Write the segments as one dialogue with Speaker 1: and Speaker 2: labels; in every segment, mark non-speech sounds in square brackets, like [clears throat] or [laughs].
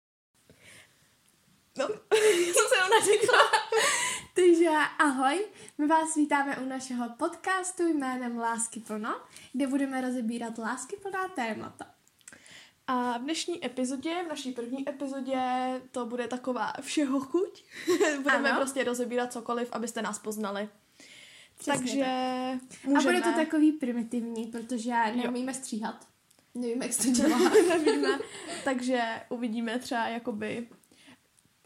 Speaker 1: [laughs]
Speaker 2: No, já jsem se jenom nařekla.
Speaker 1: Takže ahoj, my vás vítáme u našeho podcastu jménem Lásky plno, kde budeme rozebírat lásky plná témata.
Speaker 2: A v dnešní epizodě, v naší první epizodě, to bude taková všeho chuť. [laughs] Budeme
Speaker 1: Ano.
Speaker 2: prostě rozebírat cokoliv, abyste nás poznali.
Speaker 1: Přesně
Speaker 2: Takže
Speaker 1: A
Speaker 2: můžeme...
Speaker 1: bude to takový primitivní, protože neumíme stříhat. Nevíme, jak se to [laughs] dělá.
Speaker 2: nevíme. Takže uvidíme třeba jakoby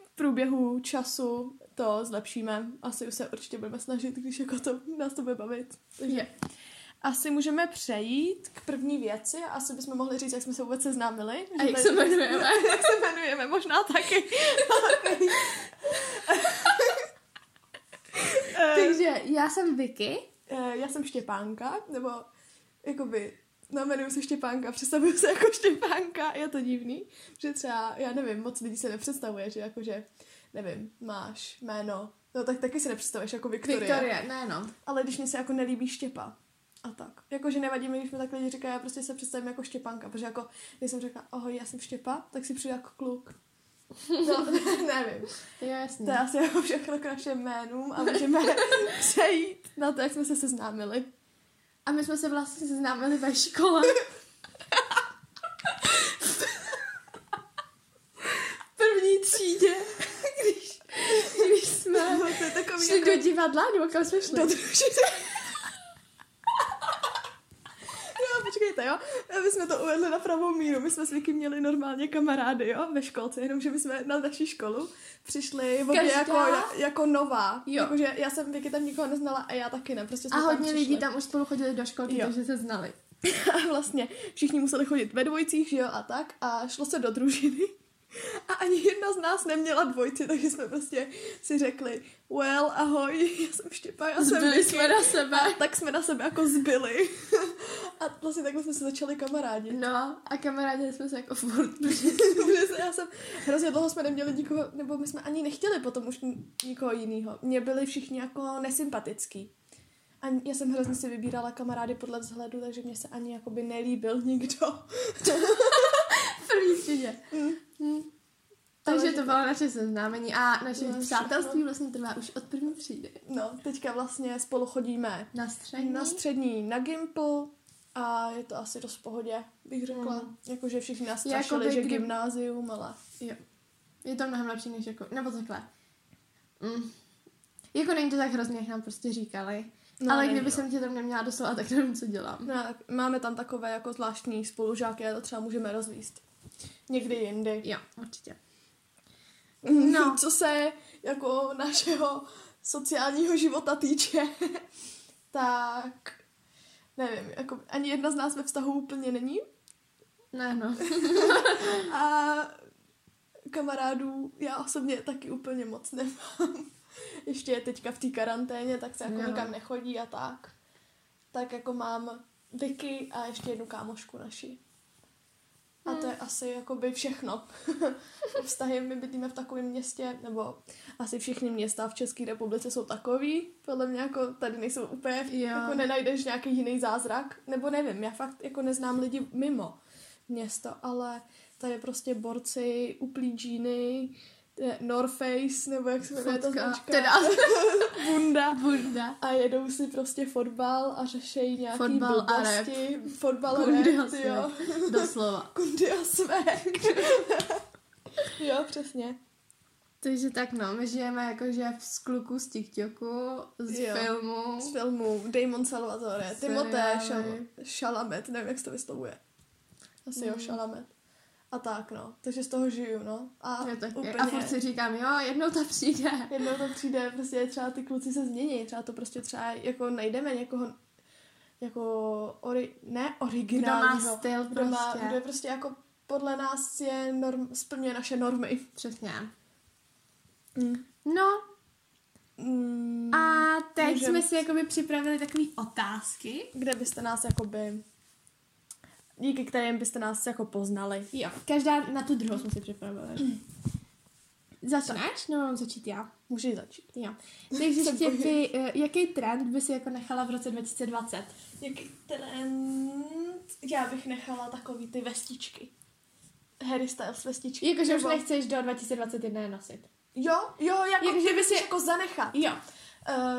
Speaker 2: v průběhu času to zlepšíme. Asi už se určitě budeme snažit, když jako to, nás to bude bavit. Takže
Speaker 1: Je.
Speaker 2: asi můžeme přejít k první věci. Asi bychom mohli říct, jak jsme se vůbec seznámili.
Speaker 1: A
Speaker 2: Že
Speaker 1: jak
Speaker 2: tady-
Speaker 1: se jmenujeme?
Speaker 2: [laughs] jak se jmenujeme, možná taky. Eh,
Speaker 1: [laughs] Takže já jsem Vicky.
Speaker 2: eh, Já jsem Štěpánka, nebo jakoby, no jmenuji se Štěpánka, představuju se jako Štěpánka, je to divný, že třeba, já nevím, moc lidí se nepředstavuje, že jakože, nevím, máš jméno, no tak taky si nepředstavuješ jako Viktorie,
Speaker 1: Viktorie, ne no.
Speaker 2: ale když mě se jako nelíbí Štěpa, a tak. Jakože nevadí mi, když mi tak lidi říkají, já prostě se představím jako Štěpánka, protože jako, když jsem řekla, ahoj, já jsem Štěpa, tak si přijdu jako kluk. No, [laughs] nevím.
Speaker 1: Jo, jasně.
Speaker 2: To je asi jako všechno k našim jménům a můžeme přejít na to, jak jsme se seznámili.
Speaker 1: A my jsme se vlastně seznámili ve škole. V první třídě, když, když jsme
Speaker 2: to je takový jako-
Speaker 1: šli do Jako divadla, nebo kam jsme šli?
Speaker 2: do družiny. Jo, počkejte, jo. My jsme to uvedli na pravou míru. My jsme s Vicky měli normálně kamarády, jo, ve školce, jenomže my jsme na naší školu přišli obě
Speaker 1: Každá?
Speaker 2: jako, jako nová.
Speaker 1: Jo.
Speaker 2: Jakože já jsem Vicky tam nikoho neznala a já taky ne. Prostě
Speaker 1: A
Speaker 2: jsme tam
Speaker 1: hodně
Speaker 2: přišli.
Speaker 1: lidí tam už spolu chodili do školky,
Speaker 2: Jo.
Speaker 1: takže se znali.
Speaker 2: A [laughs] vlastně všichni museli chodit ve dvojcích, že jo, a tak. A šlo se do družiny. A ani jedna z nás neměla dvojci, takže jsme prostě si řekli, well, ahoj, já jsem Štěpa, já jsem
Speaker 1: Zbyli
Speaker 2: Vicky.
Speaker 1: jsme na sebe.
Speaker 2: A tak jsme na sebe jako zbyli. [laughs] A vlastně takhle jsme se začali
Speaker 1: [laughs]
Speaker 2: kamarádi.
Speaker 1: No a kamarádili jsme se jako furt.
Speaker 2: Protože se- já jsem, hrozně dlouho jsme neměli nikoho, nebo my jsme ani nechtěli potom už n- nikoho jiného. Mě byli všichni jako nesympatický. A já jsem hrozně si vybírala kamarády podle vzhledu, takže mě se ani jakoby nelíbil [laughs] nikdo.
Speaker 1: V první třídě. Hm. Takže
Speaker 2: Ale
Speaker 1: to bylo naše seznámení a naše
Speaker 2: No,
Speaker 1: přátelství vlastně trvá už od první třídy.
Speaker 2: No, teďka vlastně spolu chodíme
Speaker 1: Na střední.
Speaker 2: na střední, na Gimpl a je to asi dost v pohodě, bych řekla.
Speaker 1: Mm.
Speaker 2: Jakože všichni nás
Speaker 1: Jakoby
Speaker 2: strašili, že
Speaker 1: kdy-
Speaker 2: gymnázium, ale...
Speaker 1: Jo. Je to mnohem lepší než jako, nebo takhle. Mm. Jako není to tak hrozně, jak nám prostě říkali. No, ale
Speaker 2: není,
Speaker 1: kdyby
Speaker 2: no.
Speaker 1: jsem tě tam neměla doslova, tak nevím, co dělám.
Speaker 2: No, tak máme tam takové jako zvláštní spolužáky a to třeba můžeme rozvíst. Někdy jindy.
Speaker 1: Jo, určitě.
Speaker 2: No. [laughs] Co se jako našeho sociálního života týče, [laughs] tak nevím, jako ani jedna z nás ve vztahu úplně není
Speaker 1: Ne, no.
Speaker 2: a kamarádů já osobně taky úplně moc nemám. [laughs] Ještě je teďka v té karanténě, tak se jako
Speaker 1: Jo.
Speaker 2: nikam nechodí a tak. Tak jako mám Vicky a ještě jednu kámošku naši. A to
Speaker 1: Hmm.
Speaker 2: je asi jakoby všechno. [laughs] Vztahy, my bydlíme v takovém městě, nebo asi všichni města v České republice jsou takový. Podle mě jako tady nejsou úplně,
Speaker 1: Jo.
Speaker 2: jako nenajdeš nějaký jiný zázrak. Nebo nevím, já fakt jako neznám lidi mimo město, ale tady prostě borci, uplí džíny, eh, North Face, nebo jak se jmenuje ta
Speaker 1: Fotka.
Speaker 2: značka,
Speaker 1: Teda
Speaker 2: [laughs] bunda.
Speaker 1: bunda.
Speaker 2: A jedou si prostě fotbal a řešejí nějaký
Speaker 1: Fotbal a rap.
Speaker 2: blbosti. Fotbal a
Speaker 1: Kundy
Speaker 2: rap,
Speaker 1: a
Speaker 2: jo.
Speaker 1: smek. vlastně. Doslova.
Speaker 2: Kundy a smek. [laughs] jo, přesně.
Speaker 1: Takže tak no, my žijeme jakože v kluku z TikToku, z
Speaker 2: Jo.
Speaker 1: filmu.
Speaker 2: Z filmu Damon Salvatore,
Speaker 1: Seriály.
Speaker 2: Timothée Chal- Chalamet, nevím, jak se to vyslovuje. Asi jo, Chalamet. A tak, no. Takže z toho žiju, no. A,
Speaker 1: Jo, taky.
Speaker 2: úplně...
Speaker 1: A furt si říkám, jo, jednou ta přijde.
Speaker 2: Jednou to přijde, prostě třeba ty kluci se změní, třeba to prostě třeba jako najdeme někoho jako ori, ne
Speaker 1: Kdo má
Speaker 2: originálního.
Speaker 1: styl
Speaker 2: kdo, má,
Speaker 1: prostě.
Speaker 2: kdo je prostě jako podle nás je norm, splňuje naše normy.
Speaker 1: Přesně.
Speaker 2: Mm.
Speaker 1: No,
Speaker 2: Mm.
Speaker 1: A teď
Speaker 2: Můžem.
Speaker 1: jsme si jakoby připravili takové otázky.
Speaker 2: Kde byste nás jakoby díky kterým byste nás jako poznali.
Speaker 1: Jo, každá na tu druhou jsme si [clears throat] připravili. Začínáš? No, mám začít já.
Speaker 2: Můžeš začít.
Speaker 1: Jo. [laughs] Takže
Speaker 2: Se
Speaker 1: ještě
Speaker 2: bojím.
Speaker 1: ty, eh, jaký trend by si jako nechala v roce 2020?
Speaker 2: Jaký trend? Já bych nechala takový ty vestičky. Harry Styles vestičky.
Speaker 1: Jakože už
Speaker 2: nebo-
Speaker 1: nechceš do 2021 je nosit.
Speaker 2: Jo, jo, jako
Speaker 1: Jakože
Speaker 2: Jakože
Speaker 1: by
Speaker 2: by
Speaker 1: si-
Speaker 2: si jako zanechat.
Speaker 1: Jo.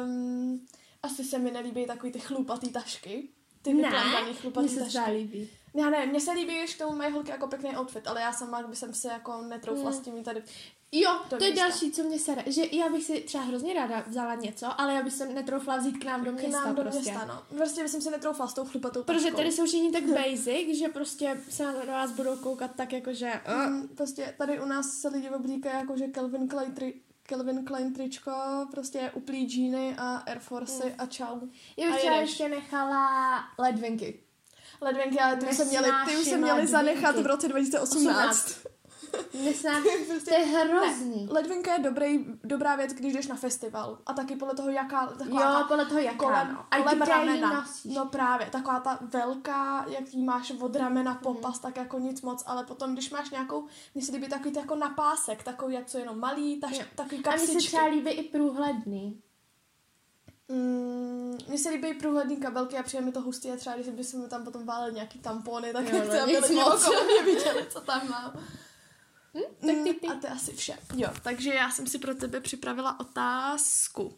Speaker 2: Um, asi se mi nelíbí takový ty chlupatý tašky. Ty
Speaker 1: Ne,
Speaker 2: vyplandaný
Speaker 1: Mně
Speaker 2: chlupatý
Speaker 1: se
Speaker 2: tašky.
Speaker 1: třeba líbí.
Speaker 2: Já ne, mně se líbí, když k tomu mají holky jako pěkný outfit, ale já sama by jsem se jako netroufla
Speaker 1: Mm.
Speaker 2: s tím jít tady.
Speaker 1: Jo, to,
Speaker 2: To
Speaker 1: je
Speaker 2: víš, tak.
Speaker 1: další, co mě sere. Že já bych si třeba hrozně ráda vzala něco, ale já bych se netroufla vzít k nám do
Speaker 2: K
Speaker 1: města.
Speaker 2: nám do
Speaker 1: prostě.
Speaker 2: města, no. Prostě bych jsem se netroufla s tou chlupatou
Speaker 1: Protože
Speaker 2: taškou.
Speaker 1: tady jsou všichni [laughs] tak basic, že prostě se na na vás budou koukat tak jako, že... Uh,
Speaker 2: Mm, prostě tady u nás se lidi oblíkají jako, že Calvin Klein, tri, Calvin Klein tričko, prostě uplý džíny a Air Force
Speaker 1: Mm.
Speaker 2: a čau.
Speaker 1: já bych
Speaker 2: a
Speaker 1: třeba
Speaker 2: jedeš.
Speaker 1: ještě nechala ledvinky.
Speaker 2: Ledvenky, ale ty už se měly, ty už se
Speaker 1: Nesnáším
Speaker 2: měly
Speaker 1: ledvinky.
Speaker 2: zanechat v roce 2018.
Speaker 1: 18. [laughs] Nesná...
Speaker 2: Prostě
Speaker 1: To je hrozný.
Speaker 2: Ledvinka je dobrý, dobrá věc, když jdeš na festival. A taky podle toho, jaká taková
Speaker 1: Jo,
Speaker 2: ta
Speaker 1: podle toho jaká,
Speaker 2: kolem,
Speaker 1: no. jako- A
Speaker 2: kolem
Speaker 1: kde ji
Speaker 2: ramena.
Speaker 1: nosíš.
Speaker 2: No právě, taková ta velká, jak jí máš od ramena
Speaker 1: Mhm.
Speaker 2: popas, tak jako nic moc, ale potom, když máš nějakou, mně se líbí takový ty jako na pásek, takový jak co jenom malý, taš,
Speaker 1: Jo.
Speaker 2: takový
Speaker 1: A mně se
Speaker 2: kapsičky.
Speaker 1: třeba líbí i průhledný.
Speaker 2: Mm, Mně se líbí průhledný kabelky a přijde mi to hustý a třeba, když by se mi tam potom válel nějaký tampony, tak
Speaker 1: Jo, no,
Speaker 2: nechci, aby
Speaker 1: nic
Speaker 2: lidi
Speaker 1: moc.
Speaker 2: okolo mě viděli, co tam mám.
Speaker 1: tak ty,
Speaker 2: Mm,
Speaker 1: ty.
Speaker 2: A to je asi vše. Jo, takže já jsem si pro tebe připravila otázku.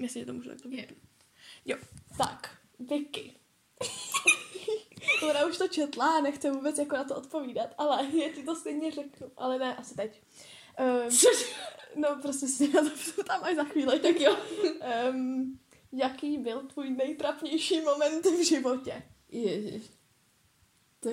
Speaker 2: Jestli to můžu takto
Speaker 1: Je.
Speaker 2: vypnout. Jo, tak, [laughs] Vicky. Ona už to četla, nechce vůbec jako na to odpovídat, ale [laughs] já ti to stejně řeknu, ale ne, asi teď. Um, no prostě si na to [laughs] tam až za chvíli, tak [laughs] jo. Um, jaký byl tvůj nejtrapnější moment v životě?
Speaker 1: Ježiš. To,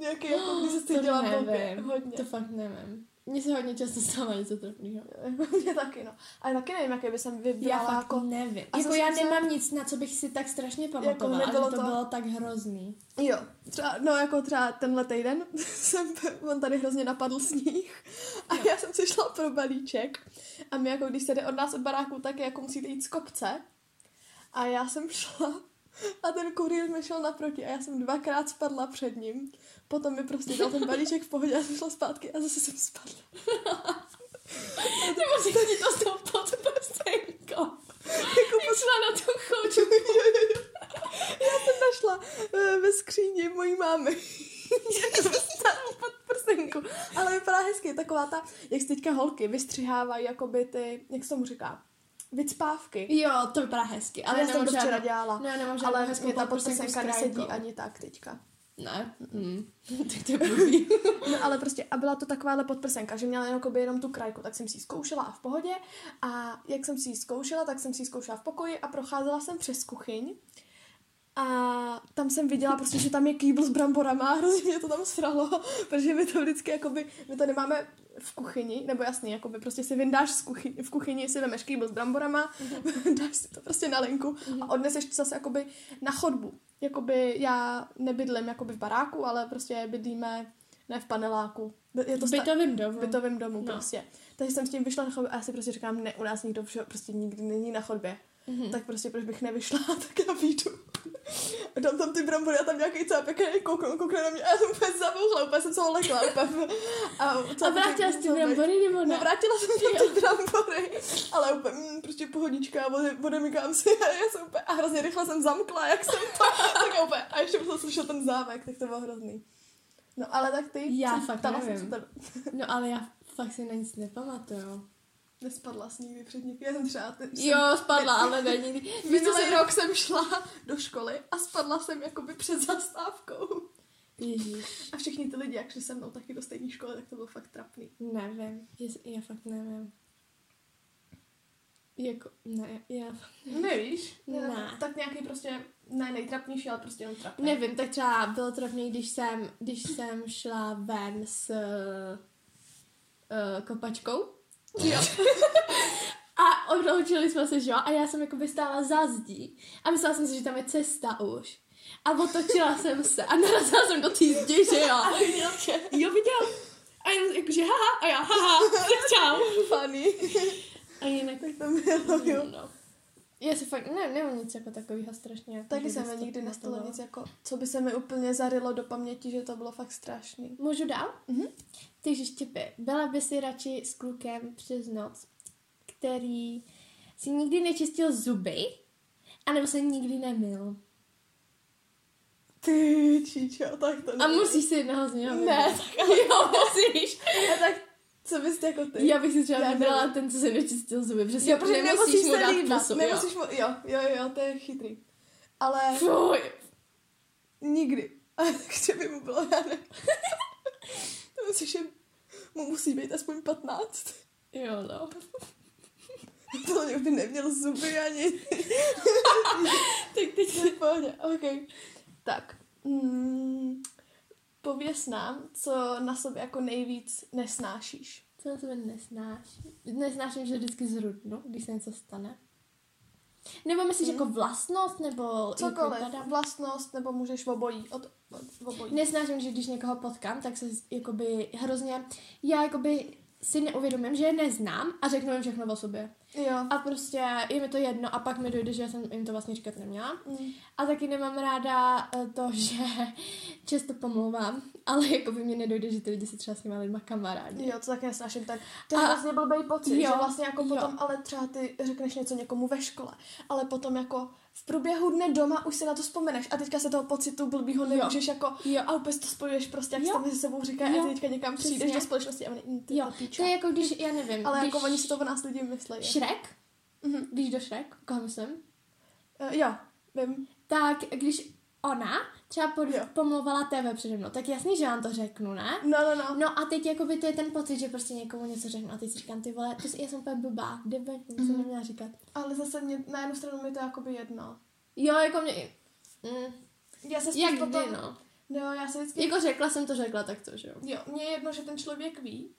Speaker 2: Nějaký, jako když jsi
Speaker 1: [gasps] to
Speaker 2: dělal blbě,
Speaker 1: nevím.
Speaker 2: hodně.
Speaker 1: to fakt nevím. Mně se hodně často stává něco trpného.
Speaker 2: [laughs] Mě taky, no. Ale taky nevím, jaké by jsem
Speaker 1: Já
Speaker 2: vybrala
Speaker 1: fakt
Speaker 2: jako...
Speaker 1: jako nevím.
Speaker 2: A
Speaker 1: jako
Speaker 2: zase
Speaker 1: já
Speaker 2: jsem-
Speaker 1: nemám nic, na co bych si tak strašně pamatovala, jako
Speaker 2: nebylo
Speaker 1: ale to,
Speaker 2: to-
Speaker 1: bylo tak [laughs] hrozný.
Speaker 2: Jo, třeba, no jako třeba tenhle týden [laughs] jsem, on tady hrozně napadl sníh [laughs] a já jsem si šla pro balíček a my jako když se jde od nás od baráku, tak je jako musíte jít z kopce a já jsem šla a ten kurýr mi šel naproti a já jsem dvakrát spadla před ním. Potom mi prostě dal ten balíček v pohodě a jsem šla zpátky a zase jsem spadla.
Speaker 1: Nebo si ti to s tou podprstenkou. Jako šla na tu chodbu. [laughs]
Speaker 2: Já jsem našla eh, ve skříni mojí [laughs] máme. prsenku. Ale vypadá hezky, taková ta, jak si teďka holky vystřihávají jakoby ty, jak se tomu říká, vycpávky.
Speaker 1: Jo, to vypadá hezky, ale
Speaker 2: Ale já jsem to
Speaker 1: nemám
Speaker 2: včera
Speaker 1: žádnou...
Speaker 2: dělala.
Speaker 1: No, já nemám žádnou
Speaker 2: Ale
Speaker 1: hezkou
Speaker 2: mě ta
Speaker 1: podprsenku
Speaker 2: podprsenka
Speaker 1: s
Speaker 2: nesedí
Speaker 1: krajkou.
Speaker 2: ani tak teďka.
Speaker 1: Ne.
Speaker 2: [laughs]
Speaker 1: Mm. tak [laughs] to je blbý.
Speaker 2: No ale prostě, a byla to takováhle podprsenka, že měla jenom, jakoby jenom tu krajku, tak jsem si ji zkoušela a v pohodě. A jak jsem si ji zkoušela, tak jsem si ji zkoušela v pokoji a procházela jsem přes kuchyň. A tam jsem viděla prostě, že tam je kýbl s bramborama a hrozně mě to tam sralo, [laughs] protože my to vždycky jakoby, my to nemáme v kuchyni, nebo jasně, jakoby prostě si vyndáš z kuchyni, v kuchyni si vemeš kýbl s bramborama, [laughs] dáš si to prostě na linku a odneseš to zase jakoby na chodbu. Jakoby já nebydlím jakoby v baráku, ale prostě bydlíme ne v paneláku. Je to sta-
Speaker 1: Bytovým domu.
Speaker 2: v bytovém domu
Speaker 1: No.
Speaker 2: no. prostě. Takže jsem s tím vyšla na chodbu a já si prostě říkám, ne, u nás nikdo všeho, prostě nikdy není na chodbě.
Speaker 1: Mhm.
Speaker 2: Mm-hmm. Tak prostě proč bych nevyšla, [laughs] tak já vyjdu. A dám tam ty brambory a tam nějaký cápek a koukne, koukne na mě a já jsem úplně zabouchla, úplně jsem se olekla. Úplně. A,
Speaker 1: A
Speaker 2: cápek-
Speaker 1: vrátila jsi ty
Speaker 2: cápek-
Speaker 1: brambory nebo ne?
Speaker 2: No, vrátila jsem tam ty brambory, ale úplně mm, prostě pohodička, ode- odemykám si a, já jsem úplně, a hrozně rychle jsem zamkla, jak jsem to, tak já úplně, a ještě jsem slyšela ten závek, tak to bylo hrozný. No ale tak ty,
Speaker 1: Já
Speaker 2: co-
Speaker 1: fakt
Speaker 2: ptala jsem se
Speaker 1: nevím.
Speaker 2: tebe.
Speaker 1: No ale já fakt si na nic nepamatuju.
Speaker 2: Nespadla jsi nikdy před nikým. Já jsem třeba... Jsem,
Speaker 1: Jo, spadla, ale
Speaker 2: [laughs]
Speaker 1: ne nikdy. Víš, co
Speaker 2: minulý
Speaker 1: jsem...
Speaker 2: rok jsem šla do školy a spadla jsem jakoby před zastávkou.
Speaker 1: Ježíš,
Speaker 2: A všichni ty lidi, jak šli se mnou taky do stejné školy, tak to bylo fakt trapný.
Speaker 1: nevím. Jes- Já fakt nevím. Jako, ne, já
Speaker 2: Nevíš?
Speaker 1: Ne.
Speaker 2: Tak nějaký prostě, ne nejtrapnější, ale prostě jenom trapný.
Speaker 1: nevím, tak třeba bylo trapný, když jsem, když jsem šla ven s uh, kopačkou.
Speaker 2: Jo.
Speaker 1: [laughs] A odloučili jsme se, že jo? A já jsem jako stála za zdí. A myslela jsem si, že tam je cesta už. A otočila jsem se a narazila jsem do té zdi,
Speaker 2: [laughs]
Speaker 1: že jo?
Speaker 2: A viděl tě.
Speaker 1: Jo, viděl. A já jakože haha, a já
Speaker 2: [laughs]
Speaker 1: haha, tak čau.
Speaker 2: Funny.
Speaker 1: A jinak
Speaker 2: tak to bylo,
Speaker 1: no,
Speaker 2: jo.
Speaker 1: no. Já se fakt, ne, nemám nic jako takového strašně.
Speaker 2: Taky
Speaker 1: že
Speaker 2: jsem
Speaker 1: bych si
Speaker 2: nikdy
Speaker 1: to
Speaker 2: nestalo
Speaker 1: pamatovala.
Speaker 2: nic jako, co by se mi úplně zarylo do paměti, že to bylo fakt strašný.
Speaker 1: Můžu dál?
Speaker 2: Mhm.
Speaker 1: Takže štěpy, byla by si radši s klukem přes noc, který si nikdy nečistil zuby, anebo se nikdy nemil.
Speaker 2: Ty, číčo, tak to
Speaker 1: A
Speaker 2: nevím.
Speaker 1: musíš si jednoho z něho
Speaker 2: Ne,
Speaker 1: vybrat.
Speaker 2: tak
Speaker 1: [laughs] Jo, musíš.
Speaker 2: a tak co bys jako ty?
Speaker 1: Já bych si třeba
Speaker 2: Já
Speaker 1: vybrala
Speaker 2: nevím.
Speaker 1: ten, co se nečistil zuby, protože si
Speaker 2: jo, protože nemusíš
Speaker 1: mu
Speaker 2: se
Speaker 1: dát
Speaker 2: líbat.
Speaker 1: pusu. jo.
Speaker 2: nemusíš mu, jo, jo, jo, to je chytrý. Ale
Speaker 1: Fuj.
Speaker 2: nikdy. [laughs] A kde by mu bylo, já nevím. [laughs] to musíš, jim- mu musí být aspoň 15.
Speaker 1: Jo, no.
Speaker 2: [laughs] To nikdy neměl zuby ani.
Speaker 1: [laughs] Tak teď
Speaker 2: To je v pohodě, OK. Tak. Mm, pověs nám, co na sobě jako nejvíc nesnášíš.
Speaker 1: Co na sebe nesnáším? Nesnáším, že vždycky zrudnu, když se něco stane. Nebo myslíš
Speaker 2: Hmm.
Speaker 1: jako vlastnost, nebo
Speaker 2: Cokoliv,
Speaker 1: jako vypadám?
Speaker 2: vlastnost, nebo můžeš obojí. Od, od, obojí.
Speaker 1: Nesnáším, že když někoho potkám, tak se jakoby hrozně, já jakoby si neuvědomím, že je neznám a řeknu jim všechno o sobě.
Speaker 2: Jo.
Speaker 1: A prostě je mi to jedno a pak mi dojde, že já jsem jim to vlastně říkat neměla.
Speaker 2: Mm.
Speaker 1: A taky nemám ráda eh, to, [laughs] že často pomlouvám, ale jakoby mě nedojde, že ty lidi se třeba s těma lidma kamarádi.
Speaker 2: Jo, to taky nesnáším. Tak to je
Speaker 1: A-
Speaker 2: hrozně blbý pocit,
Speaker 1: jo,
Speaker 2: jo, že vlastně jako
Speaker 1: jo.
Speaker 2: potom, ale třeba ty řekneš něco někomu ve škole, ale potom jako v průběhu dne doma už si na to vzpomeneš a teďka se toho pocitu blbýho
Speaker 1: Jo.
Speaker 2: nemůžeš jako
Speaker 1: Jo.
Speaker 2: a vůbec to spojuješ prostě, jak
Speaker 1: Jo.
Speaker 2: se to mezi sebou říká
Speaker 1: Jo.
Speaker 2: a ty teďka někam
Speaker 1: Přesně.
Speaker 2: přijdeš do společnosti a oni, "Mm, ty
Speaker 1: Jo,
Speaker 2: to píčo.
Speaker 1: to je jako když, já nevím,
Speaker 2: Ale
Speaker 1: když...
Speaker 2: jako oni si to o nás lidi jako. myslí. Šir...
Speaker 1: Šrek?
Speaker 2: Mhm.
Speaker 1: Víš do Šrek? Koho myslím?
Speaker 2: Uh, jo, vím.
Speaker 1: Tak když ona třeba pod...
Speaker 2: Jo.
Speaker 1: pomlouvala TV přede mnou, tak jasně, že vám to řeknu, ne?
Speaker 2: No, no, no.
Speaker 1: No a teď jakoby to je ten pocit, že prostě někomu něco řeknu a teď si říkám, ty vole, to jsi, já jsem úplně blbá, debilní, co
Speaker 2: Mhm.
Speaker 1: neměla říkat.
Speaker 2: Ale zase mě, na jednu stranu mi to jakoby jedno.
Speaker 1: Jo, jako mě... Mm,
Speaker 2: Já se spíš
Speaker 1: jak
Speaker 2: potom...
Speaker 1: kdy, no.
Speaker 2: no. já se vždycky...
Speaker 1: Jako řekla jsem to, řekla tak to, že jo.
Speaker 2: Jo, mně je jedno, že ten člověk ví.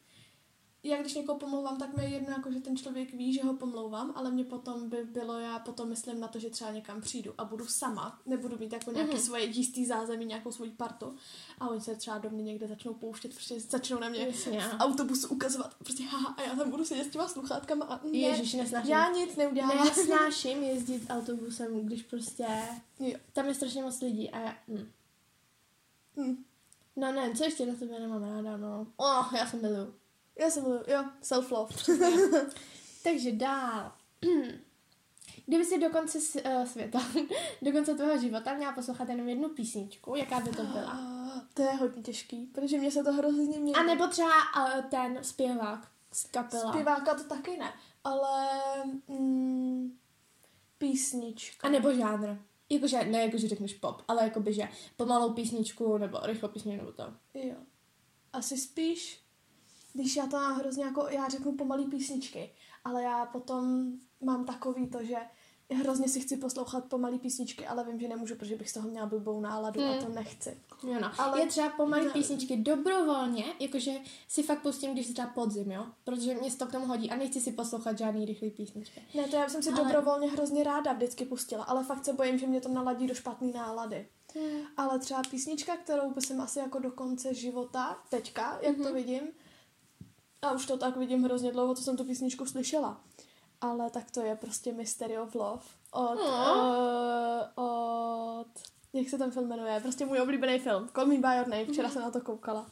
Speaker 2: Já když někoho pomlouvám, tak mi je jedno, jako že ten člověk ví, že ho pomlouvám, ale mě potom by bylo, já potom myslím na to, že třeba někam přijdu a budu sama, nebudu mít jako nějaký
Speaker 1: Mhm.
Speaker 2: svoje jistý zázemí, nějakou svoji partu a oni se třeba do mě někde začnou pouštět, protože začnou na mě
Speaker 1: Jasně.
Speaker 2: v autobusu ukazovat, prostě haha, a já tam budu sedět s těma sluchátkama a ne,
Speaker 1: Ježiš, nesnáším.
Speaker 2: já nic neudělám.
Speaker 1: Nesnáším jezdit autobusem, když prostě...
Speaker 2: Jo.
Speaker 1: Tam je strašně moc lidí a já... Mm.
Speaker 2: Hm.
Speaker 1: No ne, co ještě na tebe nemám ráda, no. Oh, já jsem miluju.
Speaker 2: Já jsem, jo, self-love.
Speaker 1: Takže dál. [clears throat] Kdyby si do konce s- eh, světa, [laughs] do konce tvého života měla poslouchat jenom jednu písničku, jaká by to [laughs] byla?
Speaker 2: A, to je hodně těžký, protože mě se to hrozně mění.
Speaker 1: A nebo třeba eh, ten zpěvák z kapela.
Speaker 2: Zpěváka to taky ne, ale mm, písnička.
Speaker 1: A nebo žánr. Jakože, ne jakože řekneš pop, ale jakoby, že pomalou písničku, nebo rychlou písničku, nebo to.
Speaker 2: Jo. Asi spíš, když já to mám hrozně jako, já řeknu pomalý písničky, ale já potom mám takový to, že hrozně si chci poslouchat pomalý písničky, ale vím, že nemůžu, protože bych z toho měla blbou náladu
Speaker 1: Hmm.
Speaker 2: a to nechci.
Speaker 1: Jo no. Ale
Speaker 2: Ale-
Speaker 1: je třeba pomalý
Speaker 2: Ne.
Speaker 1: písničky dobrovolně, jakože si fakt pustím, když je třeba podzim, jo? Protože mě to k tomu hodí a nechci si poslouchat žádný rychlý písničky.
Speaker 2: Ne, to já jsem si
Speaker 1: Ale-
Speaker 2: ale... dobrovolně hrozně ráda vždycky pustila, ale fakt se bojím, že mě to naladí do špatné nálady. Ale třeba písnička, kterou by jsem asi jako do konce života, teďka, jak mm-hmm.
Speaker 1: Mhm.
Speaker 2: to vidím, a už to tak vidím hrozně dlouho, co jsem tu písničku slyšela. Ale tak to je prostě Mystery of Love od,
Speaker 1: Mm.
Speaker 2: uh, od, jak se ten film jmenuje, prostě můj oblíbený film, Call Me By Your Name, včera
Speaker 1: Mhm.
Speaker 2: jsem na to koukala.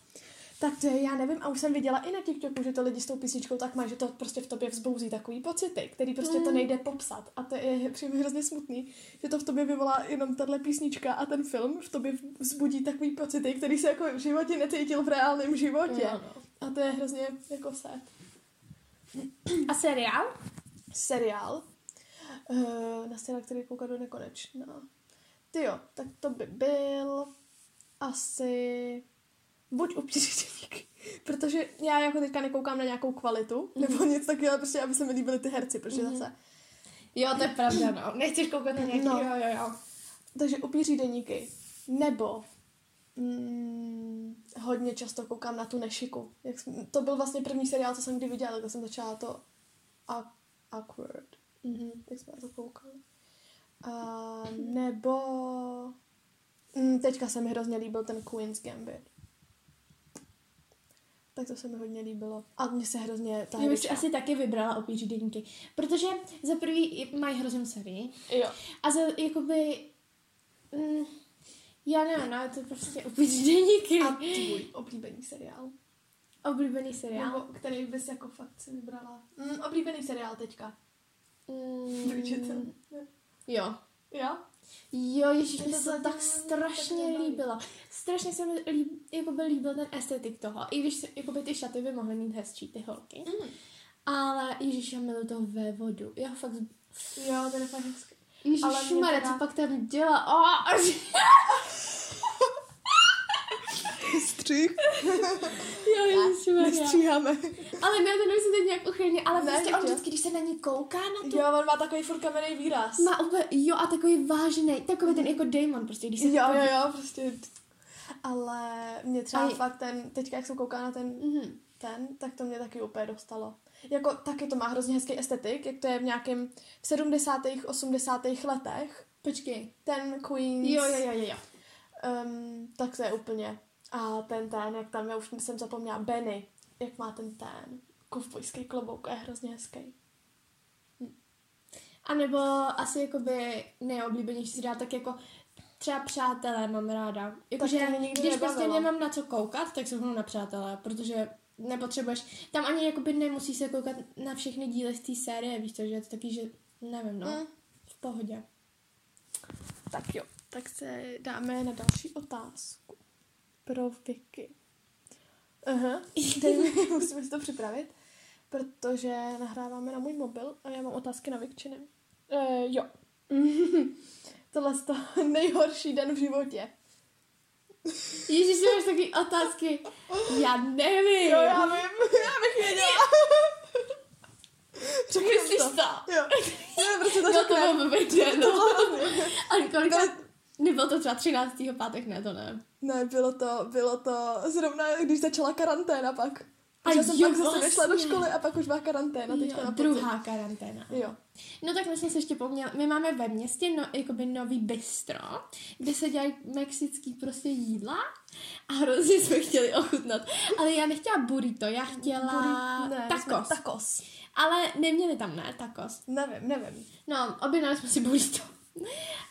Speaker 2: Tak to je, já nevím, a už jsem viděla i na TikToku, že to lidi s tou písničkou tak mají, že to prostě v tobě vzbouzí takový pocity, který prostě to
Speaker 1: Mm.
Speaker 2: nejde popsat. A to je [laughs] přímě hrozně smutný, že to v tobě vyvolá jenom tahle písnička a ten film v tobě vzbudí takový pocity, který se jako v životě necítil v reálném životě.
Speaker 1: Jo, no.
Speaker 2: A to je hrozně jako sad.
Speaker 1: A seriál?
Speaker 2: Seriál. Uh, na seriál, který kouká do nekonečna. Ty jo, tak to by byl asi buď upřířeník, [laughs] protože já jako teďka nekoukám na nějakou kvalitu,
Speaker 1: Mhm.
Speaker 2: nebo něco takového, prostě aby se mi líbily ty herci, protože
Speaker 1: Mhm.
Speaker 2: zase
Speaker 1: Jo, to je pravda, no. Nechceš koukat na nějaký,
Speaker 2: No.
Speaker 1: jo, jo, jo.
Speaker 2: Takže upíří deníky. Nebo mm, hodně často koukám na tu nešiku. Jak jsem, to byl vlastně první seriál, co jsem kdy viděla, tak jsem začala to a- awkward. Mhm, tak jsme na to koukali. A, nebo mm, teďka se mi hrozně líbil ten Queen's Gambit. Tak to se mi hodně líbilo. A mně se hrozně ta
Speaker 1: Já bych si
Speaker 2: hruška-
Speaker 1: asi taky vybrala opíří deníky, protože za prvý mají hrozně moc serií
Speaker 2: Jo.
Speaker 1: a za, jakoby, mm, já nevím, no, je to prostě opíří deníky.
Speaker 2: A tvůj oblíbený seriál?
Speaker 1: Oblíbený seriál.
Speaker 2: Nebo který bys jako fakt si vybrala? Mm, oblíbený seriál teďka.
Speaker 1: Mm,
Speaker 2: Určitě.
Speaker 1: jo.
Speaker 2: Jo?
Speaker 1: Jo, ježíš,
Speaker 2: Je
Speaker 1: mi
Speaker 2: to
Speaker 1: se
Speaker 2: tak
Speaker 1: tak strašně
Speaker 2: baví.
Speaker 1: líbila. Strašně se mi líb, jakoby líbil ten estetik toho. I když se, jakoby ty šaty by mohly mít hezčí, ty holky.
Speaker 2: Mm.
Speaker 1: Ale ježíš, já miluji toho ve vodu. Já fakt...
Speaker 2: Jo, ten je fakt hezký. Ale mě
Speaker 1: Ježíšmarja,
Speaker 2: teda-
Speaker 1: co pak tam dělá? Oh,
Speaker 2: Střih, No,
Speaker 1: jo, ježíšmarja.
Speaker 2: nestříháme.
Speaker 1: Ale ne, to nemyslím teď nějak ochranně, ale
Speaker 2: Ne,
Speaker 1: ne, prostě on
Speaker 2: určitě.
Speaker 1: vždycky, když se na ní kouká na tu...
Speaker 2: Jo, on má takový furt kamenný výraz.
Speaker 1: Má úplně, jo, a takový vážný, takový ten jako Damon prostě, když se
Speaker 2: Mhm. Jo,
Speaker 1: podí-
Speaker 2: jo, jo, prostě. Ale mě třeba
Speaker 1: A je-
Speaker 2: fakt ten, teďka jak jsem koukala na ten,
Speaker 1: Mhm.
Speaker 2: ten, tak to mě taky úplně dostalo. Jako taky to má hrozně hezký estetik, jak to je v nějakém v 70. 80. letech.
Speaker 1: Počkej.
Speaker 2: Ten Queens,
Speaker 1: Jo, jo, jo, jo, jo.
Speaker 2: Um, tak to je úplně. A ten ten, jak tam, já už jsem zapomněla, Benny, jak má ten ten kovbojský klobouk a je hrozně hezký.
Speaker 1: A nebo asi jakoby nejoblíbenější si dá tak jako třeba přátelé mám ráda. Jakože
Speaker 2: to mě nikdy
Speaker 1: když
Speaker 2: nebavilo.
Speaker 1: prostě nemám na co koukat, tak se hnu na přátelé, protože nepotřebuješ, tam ani jakoby nemusí se koukat na všechny díly z té série, víš to, že je to taky, že nevím, no,
Speaker 2: Mm.
Speaker 1: v pohodě.
Speaker 2: Tak jo, tak se dáme na další otázku. Pro Vicky. Aha, dej mi, [laughs] musíme si to připravit, protože nahráváme na můj mobil a já mám otázky na Vikčiny. Uh, jo. [laughs] Tohle je to [laughs] nejhorší den v životě.
Speaker 1: Ježíš, máš taky otázky. Já nevím.
Speaker 2: Jo, já vím, [laughs] já bych věděla. Řekni
Speaker 1: Myslíš
Speaker 2: to.
Speaker 1: to?
Speaker 2: Jo, [laughs] jo prostě to
Speaker 1: jo, to
Speaker 2: řekne.
Speaker 1: bylo blbě,
Speaker 2: [laughs] To
Speaker 1: no.
Speaker 2: bylo hrozný.
Speaker 1: A kolikrát, nebylo to třeba 13. pátek, ne, to ne.
Speaker 2: Ne, bylo to, bylo to zrovna, když začala karanténa pak.
Speaker 1: A
Speaker 2: A já jsem
Speaker 1: jo,
Speaker 2: pak zase
Speaker 1: vlastně.
Speaker 2: vyšla do školy a pak už byla karanténa. Teďka
Speaker 1: Jo,
Speaker 2: na podzim.
Speaker 1: druhá karanténa.
Speaker 2: Jo.
Speaker 1: No tak my jsme se ještě poměli, my máme ve městě no, jakoby nový bistro, kde se dělají mexický prostě jídla a hrozně jsme chtěli ochutnat. Ale já nechtěla burrito, já chtěla
Speaker 2: Buri- ne, jsme-
Speaker 1: tacos.
Speaker 2: Takos.
Speaker 1: Ale neměli tam, ne, tacos.
Speaker 2: Nevím, nevím.
Speaker 1: No, objednali jsme si burrito.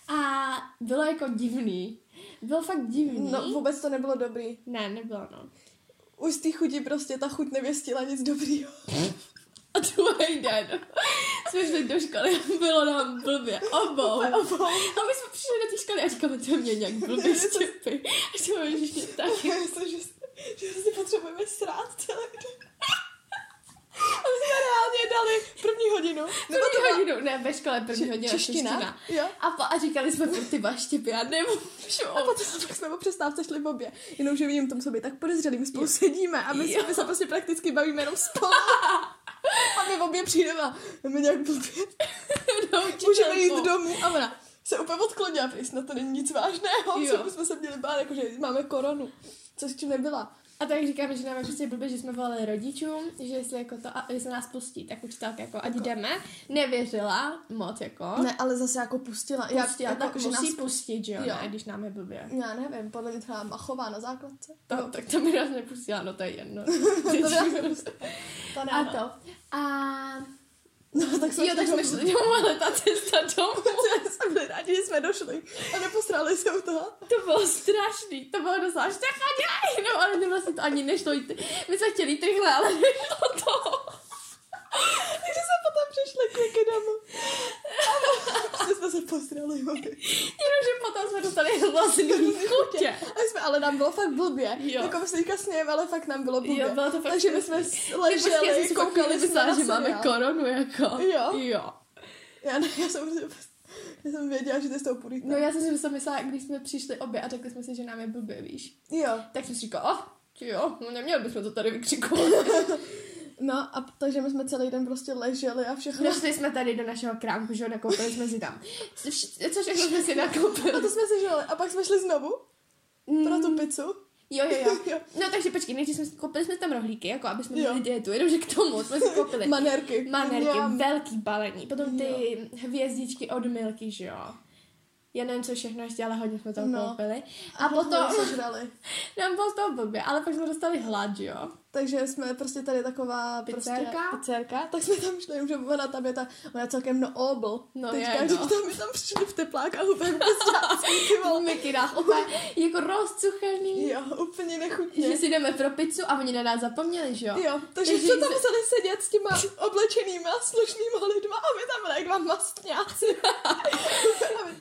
Speaker 1: A bylo jako divný. Bylo fakt divný.
Speaker 2: No vůbec to nebylo dobrý.
Speaker 1: Ne, nebylo, no.
Speaker 2: Už z té chutí prostě ta chuť nevěstila nic dobrýho. [laughs]
Speaker 1: A druhý den jsme šli do školy a bylo nám blbě. Obou.
Speaker 2: Obou.
Speaker 1: A my jsme přišli do té školy a říkáme, to mě
Speaker 2: [laughs]
Speaker 1: nějak blbě štěpy. A říkáme, že mě tak.
Speaker 2: Myslím, že, že si potřebujeme srát celý den. [laughs] A my jsme reálně dali první hodinu. Nebo
Speaker 1: První
Speaker 2: druhou-
Speaker 1: hodinu, ne, ve škole první hodina
Speaker 2: čeština.
Speaker 1: čeština.
Speaker 2: Jo.
Speaker 1: A, po, a říkali jsme, furt ty baštěpy, já nemůžu.
Speaker 2: A potom jsme pak jsme po přestávce šli v obě. Jenomže vidím tom sobě tak podezřelý, my spolu sedíme a my,
Speaker 1: Jo.
Speaker 2: my se prostě prakticky bavíme jenom spolu. A my v obě přijdeme a my nějak blbě.
Speaker 1: No,
Speaker 2: Můžeme
Speaker 1: učitelku.
Speaker 2: jít domů a ona se úplně odklonila, protože snad to není nic vážného,
Speaker 1: Jo.
Speaker 2: co bychom se měli bát, jakože máme koronu. Co s tím nebyla?
Speaker 1: A tak říkáme, že nám je prostě blbě, že jsme volali rodičům, že jestli jako to, a jestli nás pustí, tak učitelka jako ať jdeme. Nevěřila moc jako.
Speaker 2: Ne, ale zase jako pustila. Já,
Speaker 1: Pustila,
Speaker 2: jako,
Speaker 1: tak
Speaker 2: že
Speaker 1: musí
Speaker 2: nás-
Speaker 1: pustit, že jo,
Speaker 2: Jo.
Speaker 1: ne, když nám je blbě.
Speaker 2: já nevím, podle mě třeba Machová na základce.
Speaker 1: To, No, tak to mi nás nepustila, no to je [laughs] jedno.
Speaker 2: To byla- to ne,
Speaker 1: a
Speaker 2: no.
Speaker 1: to. A...
Speaker 2: No, tak jsme
Speaker 1: jo, tak
Speaker 2: šli
Speaker 1: jsme
Speaker 2: domů.
Speaker 1: šli domů, ale ta cesta [laughs] domů,
Speaker 2: [laughs] Jsme byli rádi, že jsme došli a neposrali se u toho.
Speaker 1: to bylo strašný. To bylo docela šťacháňaj, no ale ne, vlastně to ani nešlo jít. My jsme chtěli jít rychle, ale nešlo to.
Speaker 2: Takže jsme potom přišli kliky domů. A my jsme se posrali. moji.
Speaker 1: Jenomže potom jsme dostali hlazný chutě.
Speaker 2: A jsme, ale nám bylo fakt blbě.
Speaker 1: Jo.
Speaker 2: Jo. Jako my se teďka smějeme, ale fakt nám bylo blbě.
Speaker 1: Jo, bylo to fakt
Speaker 2: Takže my jsme leželi, jako
Speaker 1: Počkej, já jsem si fakt
Speaker 2: koukali jsme
Speaker 1: myslela,
Speaker 2: na
Speaker 1: že máme
Speaker 2: seriál.
Speaker 1: koronu, jako.
Speaker 2: Jo.
Speaker 1: Jo.
Speaker 2: Já, ne, já jsem prostě- já jsem věděla, že to je z toho purita.
Speaker 1: No já jsem si prostě myslela, když jsme přišli obě a řekli jsme si, že nám je blbě, víš.
Speaker 2: Jo.
Speaker 1: Tak jsem si říkala, oh, jo, no neměli bychom to tady vykřikovat.
Speaker 2: No a p- takže my jsme celý den prostě leželi a všechno.
Speaker 1: Došli jsme tady do našeho krámku, že jo, nakoupili jsme si tam. Co vš- Co všechno jsme si nakoupili? Mm,
Speaker 2: A to jsme se žili. A pak jsme šli znovu pro tu pizzu.
Speaker 1: Jo, jo, jo.
Speaker 2: [laughs] Jo.
Speaker 1: No takže počkej, než jsme si koupili jsme tam rohlíky, jako aby jsme
Speaker 2: Jo.
Speaker 1: měli dietu, jenomže k tomu jsme si koupili
Speaker 2: Manerky.
Speaker 1: manerky,
Speaker 2: Mňam.
Speaker 1: velký balení, potom ty hvězdičky od Milky, že jo. Já nevím, co všechno ještě, ale hodně jsme toho
Speaker 2: No.
Speaker 1: koupili.
Speaker 2: A [laughs]
Speaker 1: A potom
Speaker 2: potom sežrali.
Speaker 1: nám bylo z toho blbě, ale pak jsme dostali hlad, že jo.
Speaker 2: Takže jsme prostě tady taková
Speaker 1: Pizzerka?
Speaker 2: Prostě, pizzerka, tak jsme tam šli, že ona tam je ta, ona je celkem no obl.
Speaker 1: No
Speaker 2: Teďka,
Speaker 1: je,
Speaker 2: když
Speaker 1: no.
Speaker 2: tam, my tam přišli v teplák a úplně
Speaker 1: [laughs]
Speaker 2: bezřácí, ty vole.
Speaker 1: Miky nás úplně jako rozcuchaný.
Speaker 2: Jo, úplně
Speaker 1: Že
Speaker 2: nechutně.
Speaker 1: si jdeme pro pizzu a oni na nás zapomněli, že jo?
Speaker 2: Jo, takže
Speaker 1: Ježíš,
Speaker 2: jsme tam
Speaker 1: se-
Speaker 2: museli sedět s těma [laughs] oblečenýma slušnýma lidma a my tam byli jak dva mastňáci. A my-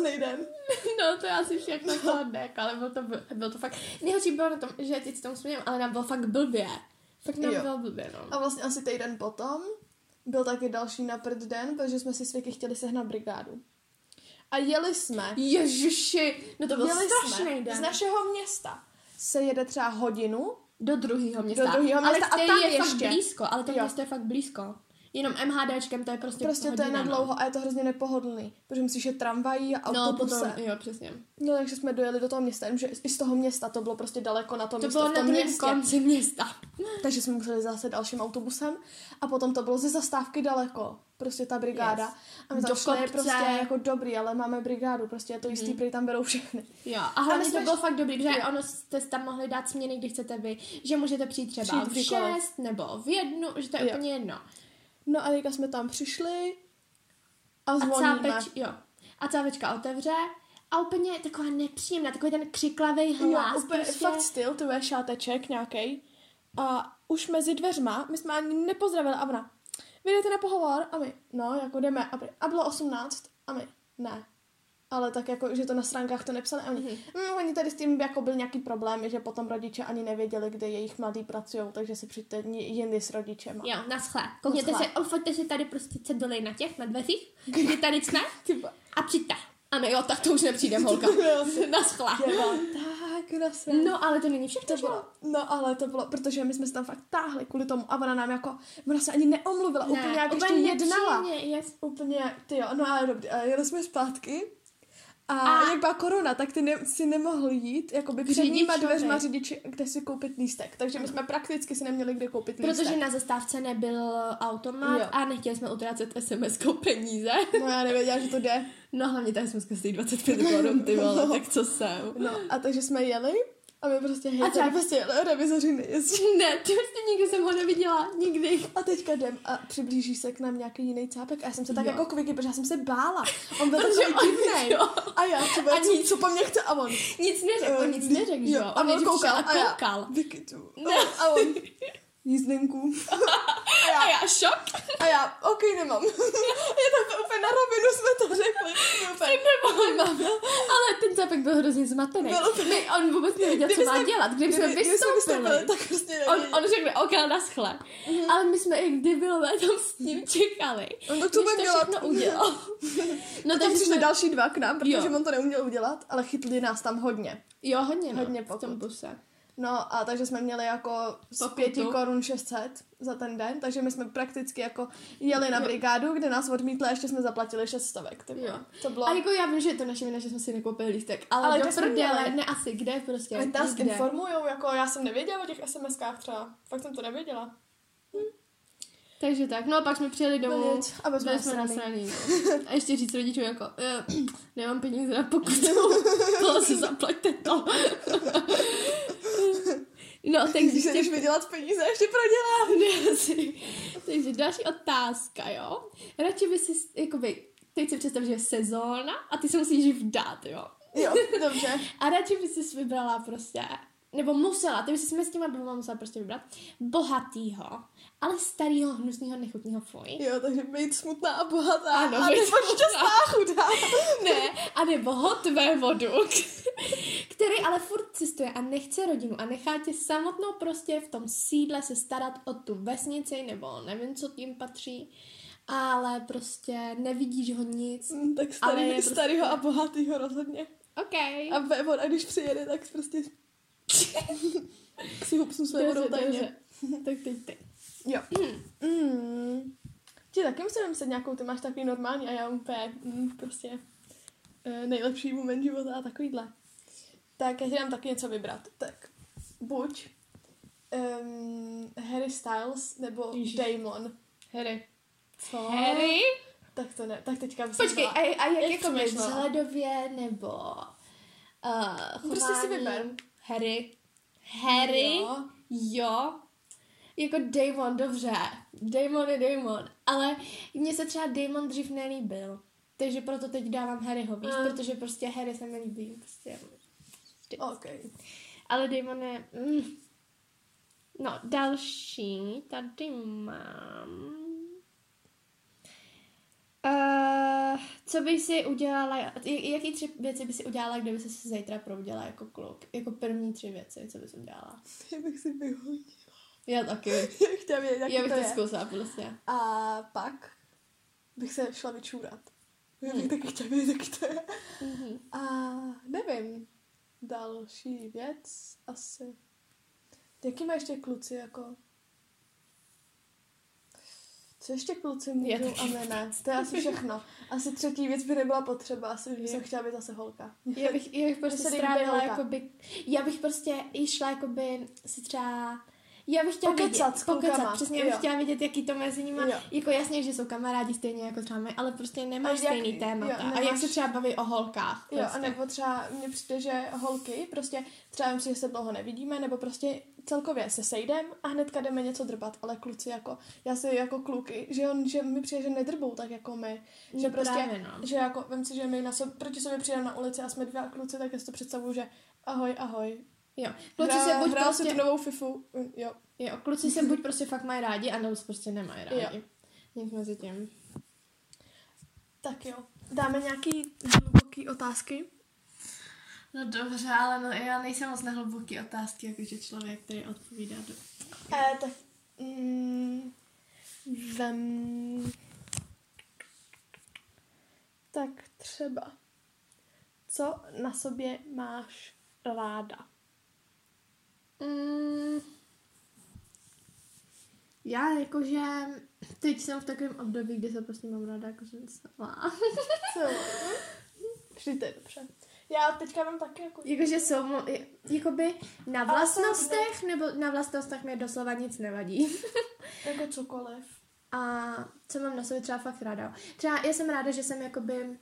Speaker 1: [laughs] No, crack, jako, ale bylo to, bylo to fakt... Nejhorší bylo na tom, že teď se tomu smějím, ale nám bylo fakt blbě. Fakt nám
Speaker 2: Jo.
Speaker 1: bylo blbě, no.
Speaker 2: A vlastně asi týden potom byl taky další na prd den, protože jsme si s Vicky chtěli sehnat brigádu. A jeli jsme.
Speaker 1: Ježiši, no to byl
Speaker 2: jeli
Speaker 1: strašný
Speaker 2: jsme
Speaker 1: den.
Speaker 2: z našeho města. Se jede třeba hodinu.
Speaker 1: Do druhého města.
Speaker 2: Do druhého města a
Speaker 1: ale který
Speaker 2: tam
Speaker 1: je
Speaker 2: ještě.
Speaker 1: fakt blízko, ale to
Speaker 2: Jo.
Speaker 1: město je fakt blízko. Jenom MHDčkem to je prostě
Speaker 2: Prostě to je
Speaker 1: hodina,
Speaker 2: na
Speaker 1: no.
Speaker 2: dlouho a je to hrozně nepohodlný, protože musíš je tramvají a
Speaker 1: No,
Speaker 2: autobuse.
Speaker 1: potom,
Speaker 2: No,
Speaker 1: jo, přesně.
Speaker 2: no takže jsme dojeli do toho města, jenomže i z toho města to bylo prostě daleko na to,
Speaker 1: To
Speaker 2: město
Speaker 1: bylo
Speaker 2: v
Speaker 1: na
Speaker 2: tom
Speaker 1: druhém
Speaker 2: městě.
Speaker 1: konci města.
Speaker 2: Takže jsme museli zase dalším autobusem a potom to bylo ze zastávky daleko, prostě ta brigáda.
Speaker 1: Yes.
Speaker 2: A my tam
Speaker 1: Do
Speaker 2: šli, je
Speaker 1: kopce. Mhm.
Speaker 2: prostě jako dobrý, ale máme brigádu, prostě je to jistý, mm. prý tam berou všechny.
Speaker 1: Jo, a hlavně
Speaker 2: my
Speaker 1: to
Speaker 2: jsme
Speaker 1: bylo fakt dobrý, protože
Speaker 2: Jo.
Speaker 1: ono jste tam mohli dát směny, kdy chcete vy, že můžete přijít třeba
Speaker 2: Přijít
Speaker 1: v
Speaker 2: kdykoliv.
Speaker 1: šest nebo v jednu, že to je
Speaker 2: Jo.
Speaker 1: úplně jedno.
Speaker 2: No a teďka jsme tam přišli a
Speaker 1: A
Speaker 2: zvoníme.
Speaker 1: cápeč, jo. A cápečka otevře a úplně taková nepříjemná, takový ten křiklavý
Speaker 2: jo,
Speaker 1: hlas.
Speaker 2: úplně,
Speaker 1: prostě.
Speaker 2: fakt styl, to je šáteček nějaký. A už mezi dveřma, my jsme ani nepozdravili a ona, vy jdete na pohovor a my, no, jako jdeme. A, prý- a bylo 18 a my, ne. Ale tak jako, že to na stránkách to nepsali. A oni, mm, oni tady s tím jako byl nějaký problém, že potom rodiče ani nevěděli, kde jejich mladí pracují, takže si přijďte ni- jindy s rodičema.
Speaker 1: Jo, na schle. Koukněte
Speaker 2: schle.
Speaker 1: se, ofoťte si tady prostě ceduli na těch, na dveřích, kdy tady [laughs] jsme a přijďte. Ano jo, tak [laughs] to už nepřijdem, holka. na schle.
Speaker 2: Dělá, tak, na srandu.
Speaker 1: No, ale to není všechno,
Speaker 2: To
Speaker 1: že jo?
Speaker 2: bylo, no ale to bylo, protože my jsme se tam fakt táhli kvůli tomu a ona nám jako, ona se ani neomluvila, ne, úplně jak ještě jednala.
Speaker 1: nepříjemně, Yes.
Speaker 2: Úplně, ty jo, no ale dobrý, a jeli jsme zpátky a,
Speaker 1: A-
Speaker 2: a jak byla korona, tak ty ne, si nemohl jít, jakoby před
Speaker 1: Řidičovi.
Speaker 2: nima dveřma řidiči, kde si koupit lístek, takže my jsme prakticky si neměli kde koupit lístek.
Speaker 1: Protože na zastávce nebyl automat
Speaker 2: Jo.
Speaker 1: a nechtěli jsme utrácet SMS-kou peníze.
Speaker 2: No já nevěděla, že to jde.
Speaker 1: No hlavně ta SMS stojí 25 korun, ty vole, [laughs] tak co jsem.
Speaker 2: No a takže jsme jeli a my prostě hej,
Speaker 1: A
Speaker 2: tady
Speaker 1: tak-
Speaker 2: prostě revizoři nejezdí.
Speaker 1: [laughs] Ne, ty prostě nikdy jsem ho neviděla, nikdy.
Speaker 2: A teďka jdem a přiblíží se k nám nějaký jiný cápek a já jsem se tak
Speaker 1: Jo.
Speaker 2: jako kviky, protože já jsem se bála.
Speaker 1: [laughs]
Speaker 2: On byl
Speaker 1: Protože
Speaker 2: takový
Speaker 1: on,
Speaker 2: divný.
Speaker 1: jo.
Speaker 2: A já třeba,
Speaker 1: A
Speaker 2: co, co po mně chce a on.
Speaker 1: Nic neřekl, on nic
Speaker 2: eh,
Speaker 1: neřekl, že jo?
Speaker 2: A
Speaker 1: On
Speaker 2: on
Speaker 1: nejdřív
Speaker 2: koukal
Speaker 1: přišel
Speaker 2: a
Speaker 1: a
Speaker 2: já.
Speaker 1: koukal.
Speaker 2: Vicky tu.
Speaker 1: Ne.
Speaker 2: A on, jízdenku. A já,
Speaker 1: A já šok.
Speaker 2: a já, ok,
Speaker 1: [laughs]
Speaker 2: nemám. Je to to úplně na rovinu, jsme to řekli. Úplně.
Speaker 1: Nemám. Ale ten zápek byl hrozně zmatený.
Speaker 2: Byl
Speaker 1: My, on vůbec nevěděl, co
Speaker 2: Kdyby
Speaker 1: má
Speaker 2: jsme-
Speaker 1: dělat. Kdyby jsme
Speaker 2: kdyby
Speaker 1: vystoupili,
Speaker 2: tak prostě
Speaker 1: on,
Speaker 2: nevěděl.
Speaker 1: on řekl OK, na schle. Ale my jsme i kdyby tam s ním čekali.
Speaker 2: On to co
Speaker 1: než
Speaker 2: bude dělat?
Speaker 1: všechno [laughs] udělal. No
Speaker 2: Potom
Speaker 1: takže
Speaker 2: přišli
Speaker 1: jsme...
Speaker 2: další dva k nám, protože
Speaker 1: Jo.
Speaker 2: on to neuměl udělat, ale chytli nás tam hodně.
Speaker 1: Jo, hodně, no,
Speaker 2: Hodně
Speaker 1: v tom
Speaker 2: pokut.
Speaker 1: buse.
Speaker 2: No a takže jsme měli jako z
Speaker 1: Pokutu.
Speaker 2: pěti korun 600 za ten den, takže my jsme prakticky jako jeli na brigádu, kde nás odmítli a ještě jsme zaplatili 6 stovek. ty vole.
Speaker 1: Jo.
Speaker 2: To bylo...
Speaker 1: A jako já vím, že je to naše vina, že jsme si nekoupili lístek, ale,
Speaker 2: Ale
Speaker 1: ale do
Speaker 2: kde jsme
Speaker 1: prdele,
Speaker 2: měli?
Speaker 1: ne asi, kde prostě,
Speaker 2: Ať nás
Speaker 1: nikde.
Speaker 2: informujou, jako já jsem nevěděla o těch SMS-kách třeba. Fakt jsem to nevěděla.
Speaker 1: Takže tak, no a pak jsme přijeli
Speaker 2: No
Speaker 1: domů,
Speaker 2: nic, a byli jsme
Speaker 1: byli jsme na
Speaker 2: nasraný.
Speaker 1: straně. A ještě říct rodičům jako, eh, nemám peníze na pokutu, to si zaplaťte to. [laughs] no,
Speaker 2: [laughs] Když se
Speaker 1: takže,
Speaker 2: jdeš vydělat peníze, ještě prodělá.
Speaker 1: [laughs] Ne, asi. takže další otázka, jo. Radši by si, jakoby, teď si představ, že je sezóna a ty se musíš vdát, jo.
Speaker 2: [laughs] Jo, dobře.
Speaker 1: A radši by si vybrala prostě, nebo musela, ty by si s těma dvěma musela prostě vybrat, bohatýho, ale starýho, hnusného, nechutného fuj.
Speaker 2: Jo, takže být smutná a bohatá.
Speaker 1: Ano,
Speaker 2: a
Speaker 1: být
Speaker 2: nebo šťastná a chudá.
Speaker 1: Ne, anebo hotvé vodu, [laughs] který ale furt cestuje a nechce rodinu a nechá tě samotnou prostě v tom sídle se starat o tu vesnici nebo nevím, co tím patří, ale prostě nevidíš ho nic.
Speaker 2: Mm, Tak
Speaker 1: Ale je
Speaker 2: starý,
Speaker 1: prostě-
Speaker 2: starýho a bohatýho rozhodně.
Speaker 1: OK.
Speaker 2: A Vévod, a když přijede, tak
Speaker 1: [laughs]
Speaker 2: prostě si hupsnu své vodou tajně.
Speaker 1: [laughs] Tak teď ty.
Speaker 2: Jo.
Speaker 1: Hm.
Speaker 2: Mm. Ti taky musím vymyslet nějakou, ty máš takový normální a já úplně mm, prostě eh, nejlepší moment života a takovýhle. Tak já ti dám taky něco vybrat. Tak buď um, Harry Styles nebo
Speaker 1: Ježiš.
Speaker 2: Damon.
Speaker 1: Harry.
Speaker 2: Co?
Speaker 1: Harry?
Speaker 2: Tak to ne, tak teďka bych
Speaker 1: Počkej,
Speaker 2: byla...
Speaker 1: a, a jak,
Speaker 2: Jak
Speaker 1: jako
Speaker 2: to
Speaker 1: by
Speaker 2: myslel?
Speaker 1: vzhledově nebo uh,
Speaker 2: Prostě si
Speaker 1: chováním?
Speaker 2: vyber.
Speaker 1: Harry. Harry?
Speaker 2: Jo.
Speaker 1: Jo. Jako Damon, dobře. Damon je Damon. Ale mně se třeba Damon dřív nelíbil. Takže proto teď dávám Harryho, víš?
Speaker 2: Mm.
Speaker 1: Protože prostě Harry se mi líbí. Prostě.
Speaker 2: OK. [laughs]
Speaker 1: Ale Damon je... Mm. No, další. Tady mám... Uh, Uh, co by si udělala, jak- jaký tři věci by si udělala, kdyby se zítra probudila jako kluk? Jako první tři věci, co bys udělala?
Speaker 2: Já bych si vyhodila. [laughs]
Speaker 1: Já [laughs] taky.
Speaker 2: Já bych chtěla vědět, jaký
Speaker 1: Já bych
Speaker 2: to,
Speaker 1: to,
Speaker 2: je.
Speaker 1: zkusila, prostě.
Speaker 2: A pak bych se šla vyčůrat. Já bych
Speaker 1: Hmm.
Speaker 2: taky chtěla vědět, jaký to je.
Speaker 1: Mhm.
Speaker 2: A nevím, další věc asi. Jaký má ještě kluci jako? Co ještě kluci
Speaker 1: Já
Speaker 2: můžou
Speaker 1: taky
Speaker 2: a my ne? To je asi všechno. Asi třetí věc by nebyla potřeba, asi
Speaker 1: Je.
Speaker 2: bych jsem chtěla být zase holka.
Speaker 1: Já bych, já bych prostě
Speaker 2: se líbí
Speaker 1: strávila,
Speaker 2: holka.
Speaker 1: jakoby, já bych prostě i šla, jakoby, si třeba, já bych chtěla
Speaker 2: Pokecat
Speaker 1: vědět,
Speaker 2: s klukama,
Speaker 1: přesně, já bych
Speaker 2: jo.
Speaker 1: chtěla vědět, jaký to mezi nimi,
Speaker 2: Jo.
Speaker 1: jako jasně, že jsou kamarádi stejně jako třeba my, ale prostě nemáš
Speaker 2: A jak-
Speaker 1: stejný témata.
Speaker 2: jo,
Speaker 1: A jak
Speaker 2: nemáš-
Speaker 1: se třeba baví o holkách,
Speaker 2: Jo,
Speaker 1: prostě.
Speaker 2: a nebo třeba mně přijde, že holky, prostě třeba si, že se dlouho nevidíme, nebo prostě celkově se sejdem a hnedka jdeme něco drbat, ale kluci jako, já si jako kluky, že, on, že mi přijde, že nedrbou tak jako my, že
Speaker 1: No
Speaker 2: prostě,
Speaker 1: právě, no.
Speaker 2: že jako, vem si, že my na sobě, proti sobě přijdeme na ulici a jsme dva kluci, tak já si to představuju, že ahoj, ahoj,
Speaker 1: Jo, kluci se buď
Speaker 2: hrál si
Speaker 1: prostě,
Speaker 2: tu novou fifu, mm, jo,
Speaker 1: jo, kluci se buď prostě fakt mají rádi, anebo se prostě nemají rádi. Nic mezi tím.
Speaker 2: tak jo, dáme nějaký hluboký otázky,
Speaker 1: No dobře, ale no, já nejsem moc na hluboké otázky, jakože člověk, který odpovídá do...
Speaker 2: Eh, tak... Mm,
Speaker 1: Mm.
Speaker 2: vem... Tak třeba. Co na sobě máš ráda?
Speaker 1: Mm. Já jakože teď jsem v takovém období, kdy se prostě mám ráda jako sama. [laughs]
Speaker 2: [laughs] Co? Vždy to je dobře. Já teďka mám taky jako...
Speaker 1: jakože jsou, mo- je- jakoby na
Speaker 2: Ale jsou
Speaker 1: vlastnostech, nebo na vlastnostech mě doslova nic nevadí.
Speaker 2: Jako cokoliv.
Speaker 1: A co mám na sobě třeba fakt ráda. Třeba já jsem ráda, že jsem jakoby,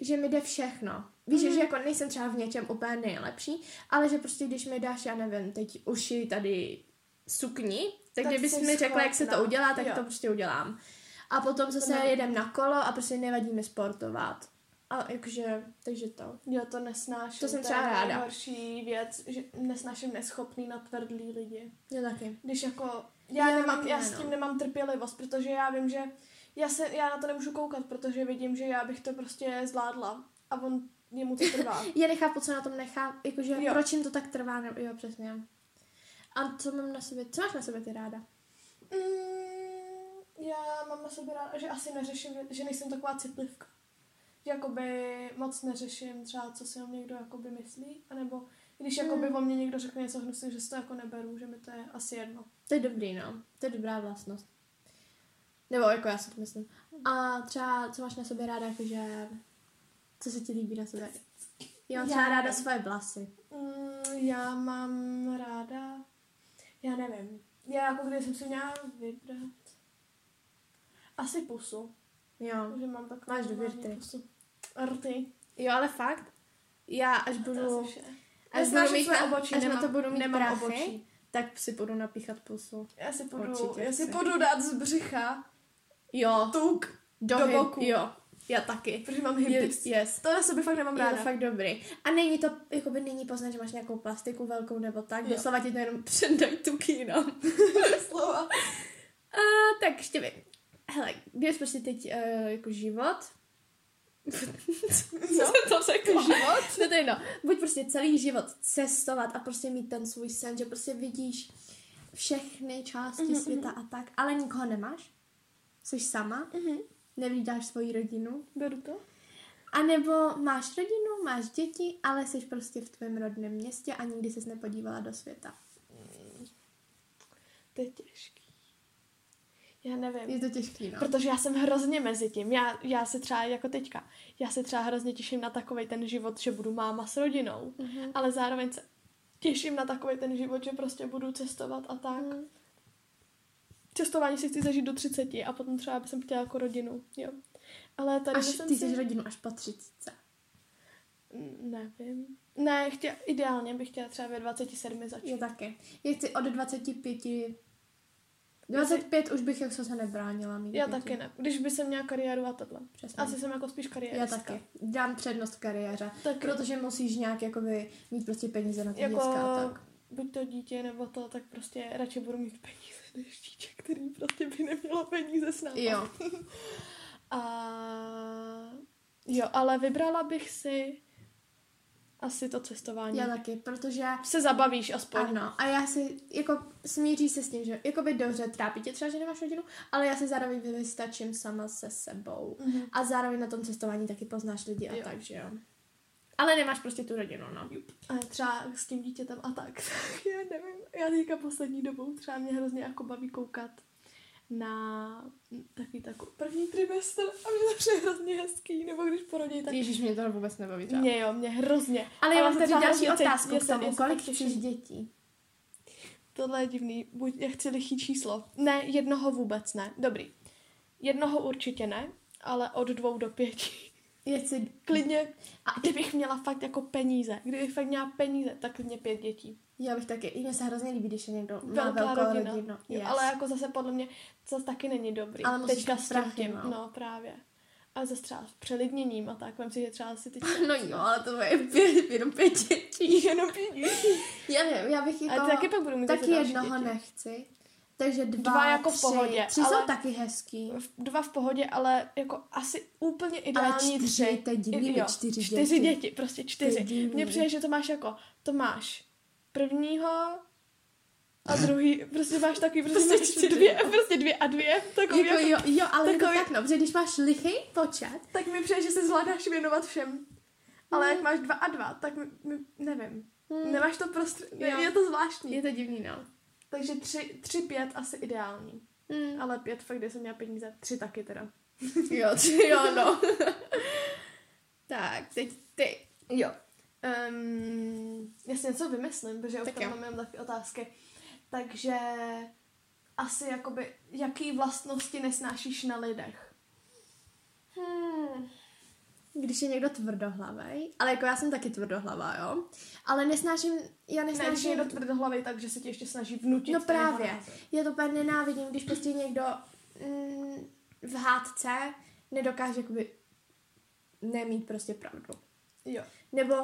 Speaker 1: že mi jde všechno. Víš, mm.
Speaker 2: Mhm.
Speaker 1: že jako nejsem třeba v něčem úplně nejlepší, ale že prostě když mi dáš, já nevím, teď uši tady sukni, tak,
Speaker 2: Tak
Speaker 1: tak kdybys
Speaker 2: jsi
Speaker 1: mi řekla, jak se to
Speaker 2: schopná.
Speaker 1: udělá, tak jo.
Speaker 2: Jo.
Speaker 1: to prostě udělám. A potom zase
Speaker 2: No.
Speaker 1: jedem na kolo a prostě nevadí mi sportovat. A jakože, takže to.
Speaker 2: Já to nesnáším.
Speaker 1: To jsem
Speaker 2: je
Speaker 1: třeba ráda.
Speaker 2: nejhorší věc, že nesnáším neschopný na tvrdlý lidi.
Speaker 1: Jo taky.
Speaker 2: Když jako, já,
Speaker 1: Já
Speaker 2: já, nemám,
Speaker 1: taky
Speaker 2: já
Speaker 1: ne,
Speaker 2: s
Speaker 1: no.
Speaker 2: tím nemám trpělivost, protože já vím, že já, se, já na to nemůžu koukat, protože vidím, že já bych to prostě zvládla a on jemu to
Speaker 1: [laughs]
Speaker 2: trvá.
Speaker 1: Já nechápu, co na tom nechá, jakože jo.
Speaker 2: Jo.
Speaker 1: proč jim to tak trvá, nebo jo, přesně. A co mám na sobě, co máš na sobě ty ráda?
Speaker 2: mm, já mám na sebe ráda, že asi neřeším, že nejsem taková citlivka. Že jakoby moc neřeším třeba, co si o mě někdo jakoby myslí, anebo když
Speaker 1: Hmm.
Speaker 2: jakoby o mě někdo řekne něco hnusného, že si to jako neberu, že mi to je asi jedno.
Speaker 1: To je dobrý, no. To je dobrá vlastnost. Nebo jako já si to myslím. A třeba, co máš na sobě ráda, jakože... Co se ti líbí na sobě? Já mám třeba
Speaker 2: Já
Speaker 1: ráda
Speaker 2: nevím.
Speaker 1: svoje vlasy.
Speaker 2: Mm, já mám ráda, já nevím, já jako když jsem si měla vybrat, asi pusu,
Speaker 1: Jo.
Speaker 2: že mám takovou
Speaker 1: Máš dobrý
Speaker 2: normální
Speaker 1: rty.
Speaker 2: pusu. Rty,
Speaker 1: Jo, ale fakt. Já až
Speaker 2: to
Speaker 1: budu...
Speaker 2: asi vše.
Speaker 1: Až
Speaker 2: Nesnáším
Speaker 1: budu mít
Speaker 2: své
Speaker 1: na,
Speaker 2: obočí,
Speaker 1: až na
Speaker 2: nemám-
Speaker 1: to budu mít
Speaker 2: nemám
Speaker 1: prachy,
Speaker 2: obočí.
Speaker 1: tak si budu napíchat pusu.
Speaker 2: Já si půjdu,
Speaker 1: Určitě
Speaker 2: já si
Speaker 1: chci.
Speaker 2: půjdu dát z břicha
Speaker 1: Jo.
Speaker 2: tuk,
Speaker 1: Do,
Speaker 2: do
Speaker 1: hy-
Speaker 2: boku.
Speaker 1: Jo. Já taky.
Speaker 2: protože mám
Speaker 1: Je-
Speaker 2: hybris.
Speaker 1: Yes.
Speaker 2: To na sebe fakt nemám
Speaker 1: Je to
Speaker 2: ráda.
Speaker 1: fakt dobrý. A není to, jakoby není poznat, že máš nějakou plastiku velkou nebo tak.
Speaker 2: Jo.
Speaker 1: Doslova ti to jenom [laughs] no. předají tu kýno.
Speaker 2: slova.
Speaker 1: A, tak štěvy. Hele, běž prostě teď uh, jako život. [laughs] Co
Speaker 2: Co?
Speaker 1: jsem to
Speaker 2: [laughs]
Speaker 1: řekla?
Speaker 2: Život?
Speaker 1: No to je no. Buď prostě celý život cestovat a prostě mít ten svůj sen, že prostě vidíš všechny části
Speaker 2: Mhm,
Speaker 1: světa a tak, ale nikoho nemáš. Jsi sama,
Speaker 2: Mhm.
Speaker 1: nevídáš svoji rodinu.
Speaker 2: Beru to.
Speaker 1: A nebo máš rodinu, máš děti, ale jsi prostě v tvém rodném městě a nikdy ses nepodívala do světa.
Speaker 2: To je těžký. Já nevím.
Speaker 1: Je to těžký, no.
Speaker 2: Protože já jsem hrozně mezi tím. Já, já se třeba jako teďka, já se třeba hrozně těším na takový ten život, že budu máma s rodinou,
Speaker 1: Mhm.
Speaker 2: ale zároveň se těším na takový ten život, že prostě budu cestovat a tak.
Speaker 1: Mhm.
Speaker 2: Cestování si chci zažít do 30 a potom třeba bych chtěla jako rodinu, jo. Ale tady
Speaker 1: Až
Speaker 2: jsem
Speaker 1: ty
Speaker 2: si...
Speaker 1: jsi rodinu až po třicítce.
Speaker 2: Nevím. Ne, chtěla, ideálně bych chtěla třeba ve 27 začít.
Speaker 1: Já taky. Já chci od 25... 25 už bych jak se nebránila mít.
Speaker 2: Já
Speaker 1: děti.
Speaker 2: taky ne. Když by jsem měla kariéru a tohle.
Speaker 1: Přesně.
Speaker 2: Asi jsem jako spíš
Speaker 1: já
Speaker 2: kariéristka.
Speaker 1: taky. Dám přednost kariéře.
Speaker 2: Tak
Speaker 1: Protože musíš nějak jakoby, mít prostě peníze na ty
Speaker 2: Jako-
Speaker 1: děcka a tak.
Speaker 2: buď to dítě nebo to, tak prostě radši budu mít peníze než dítě, který prostě by nemělo peníze s námi.
Speaker 1: Jo.
Speaker 2: A jo, ale vybrala bych si asi to cestování.
Speaker 1: Já taky, protože
Speaker 2: Se zabavíš aspoň.
Speaker 1: ano, a já si, jako smíří se s tím, že jakoby dobře trápí tě třeba, že nemáš rodinu, ale já se zároveň vystačím sama se sebou.
Speaker 2: Mhm.
Speaker 1: A zároveň na tom cestování taky poznáš lidi a
Speaker 2: Jo.
Speaker 1: tak, že jo. Ale nemáš prostě tu rodinu, no.
Speaker 2: A třeba s tím dítětem a tak. [laughs] tak já nevím. Já teďka poslední dobou třeba mě hrozně jako baví koukat na takový takový první trimestr a mě to přijde hrozně hezký, nebo když porodí, tak...
Speaker 1: Ježíš, mě to vůbec nebaví. třeba.
Speaker 2: Mě jo, mě hrozně.
Speaker 1: Ale já
Speaker 2: Ale
Speaker 1: mám
Speaker 2: to
Speaker 1: tady
Speaker 2: třeba
Speaker 1: další
Speaker 2: hrozně teď-
Speaker 1: otázku
Speaker 2: mě
Speaker 1: k
Speaker 2: se- já
Speaker 1: tomu.
Speaker 2: se
Speaker 1: Kolik
Speaker 2: tak těším.
Speaker 1: chceš dětí?
Speaker 2: Tohle je divný, buď já chci lichý číslo. Ne, jednoho vůbec ne. Dobrý. Jednoho určitě ne, ale od dvou do pěti. [laughs]
Speaker 1: Já chci...
Speaker 2: Klidně, a kdybych měla fakt jako peníze, kdybych fakt měla peníze, tak klidně pět dětí.
Speaker 1: Já bych taky. I mně se hrozně líbí, když je někdo má
Speaker 2: Velká
Speaker 1: velkou
Speaker 2: rodina.
Speaker 1: rodinu.
Speaker 2: Jo,
Speaker 1: Yes.
Speaker 2: ale jako zase podle mě to zase taky není dobrý.
Speaker 1: Ale musíš
Speaker 2: Teďka
Speaker 1: mít
Speaker 2: s tím-
Speaker 1: prachy, no.
Speaker 2: No právě. A zase třeba s přelidněním a tak, vem si, že třeba si teď
Speaker 1: [laughs] [laughs] No jo, ale to je pět, jenom pět
Speaker 2: [laughs]
Speaker 1: dětí.
Speaker 2: jenom pět dětí.
Speaker 1: Já nevím, já bych
Speaker 2: A
Speaker 1: jako...
Speaker 2: taky pak budu mít
Speaker 1: taky
Speaker 2: zase další
Speaker 1: jednoho
Speaker 2: děti.
Speaker 1: nechci. Takže dva,
Speaker 2: Dva jako v
Speaker 1: tři.
Speaker 2: pohodě,
Speaker 1: Tři
Speaker 2: ale-
Speaker 1: jsou taky [laughs] hezký.
Speaker 2: V- Dva v pohodě, ale jako asi úplně ideální
Speaker 1: čtyři,
Speaker 2: tři.
Speaker 1: to je divný,
Speaker 2: Jo,
Speaker 1: čtyři
Speaker 2: čtyři
Speaker 1: děti.
Speaker 2: děti, prostě
Speaker 1: To je
Speaker 2: čtyři.
Speaker 1: divný.
Speaker 2: Mně přijde, že to máš jako, to máš prvního a druhý, prostě máš takový, prostě,
Speaker 1: Prostě
Speaker 2: máš
Speaker 1: čtyři.
Speaker 2: dvě, prostě dvě a dvě, takový
Speaker 1: Jako,
Speaker 2: jako,
Speaker 1: jo, jo, ale je to
Speaker 2: takový-
Speaker 1: tak, no, protože když máš lichý počet,
Speaker 2: tak mi přijde, že se zvládáš věnovat všem. Ale jak máš dva a dva, tak mi, mi, nevím.
Speaker 1: Hmm.
Speaker 2: Nemáš to prostě, ne,
Speaker 1: Jo.
Speaker 2: je to zvláštní.
Speaker 1: je to divný, no.
Speaker 2: Takže tři, tři, pět asi ideální.
Speaker 1: Mm.
Speaker 2: Ale pět fakt, kde jsem měla peníze, tři taky teda.
Speaker 1: [laughs] Jo, tři, jo, no. tak, teď ty.
Speaker 2: Jo. Um, já si něco vymyslím, protože
Speaker 1: Tak
Speaker 2: už tam
Speaker 1: jo.
Speaker 2: mám jenom takové otázky. Takže asi jakoby, jaký vlastnosti nesnášíš na lidech?
Speaker 1: Hmm. Když je někdo tvrdohlavý, ale jako já jsem taky tvrdohlavá, jo. Ale nesnáším, já
Speaker 2: Ne, když je
Speaker 1: nesnáším...
Speaker 2: někdo tvrdohlavý, takže se ti ještě snaží vnutit.
Speaker 1: no
Speaker 2: svůj
Speaker 1: právě,
Speaker 2: názor.
Speaker 1: já to úplně nenávidím, když prostě někdo mm, v hádce nedokáže jakoby nemít prostě pravdu.
Speaker 2: Jo.
Speaker 1: Nebo,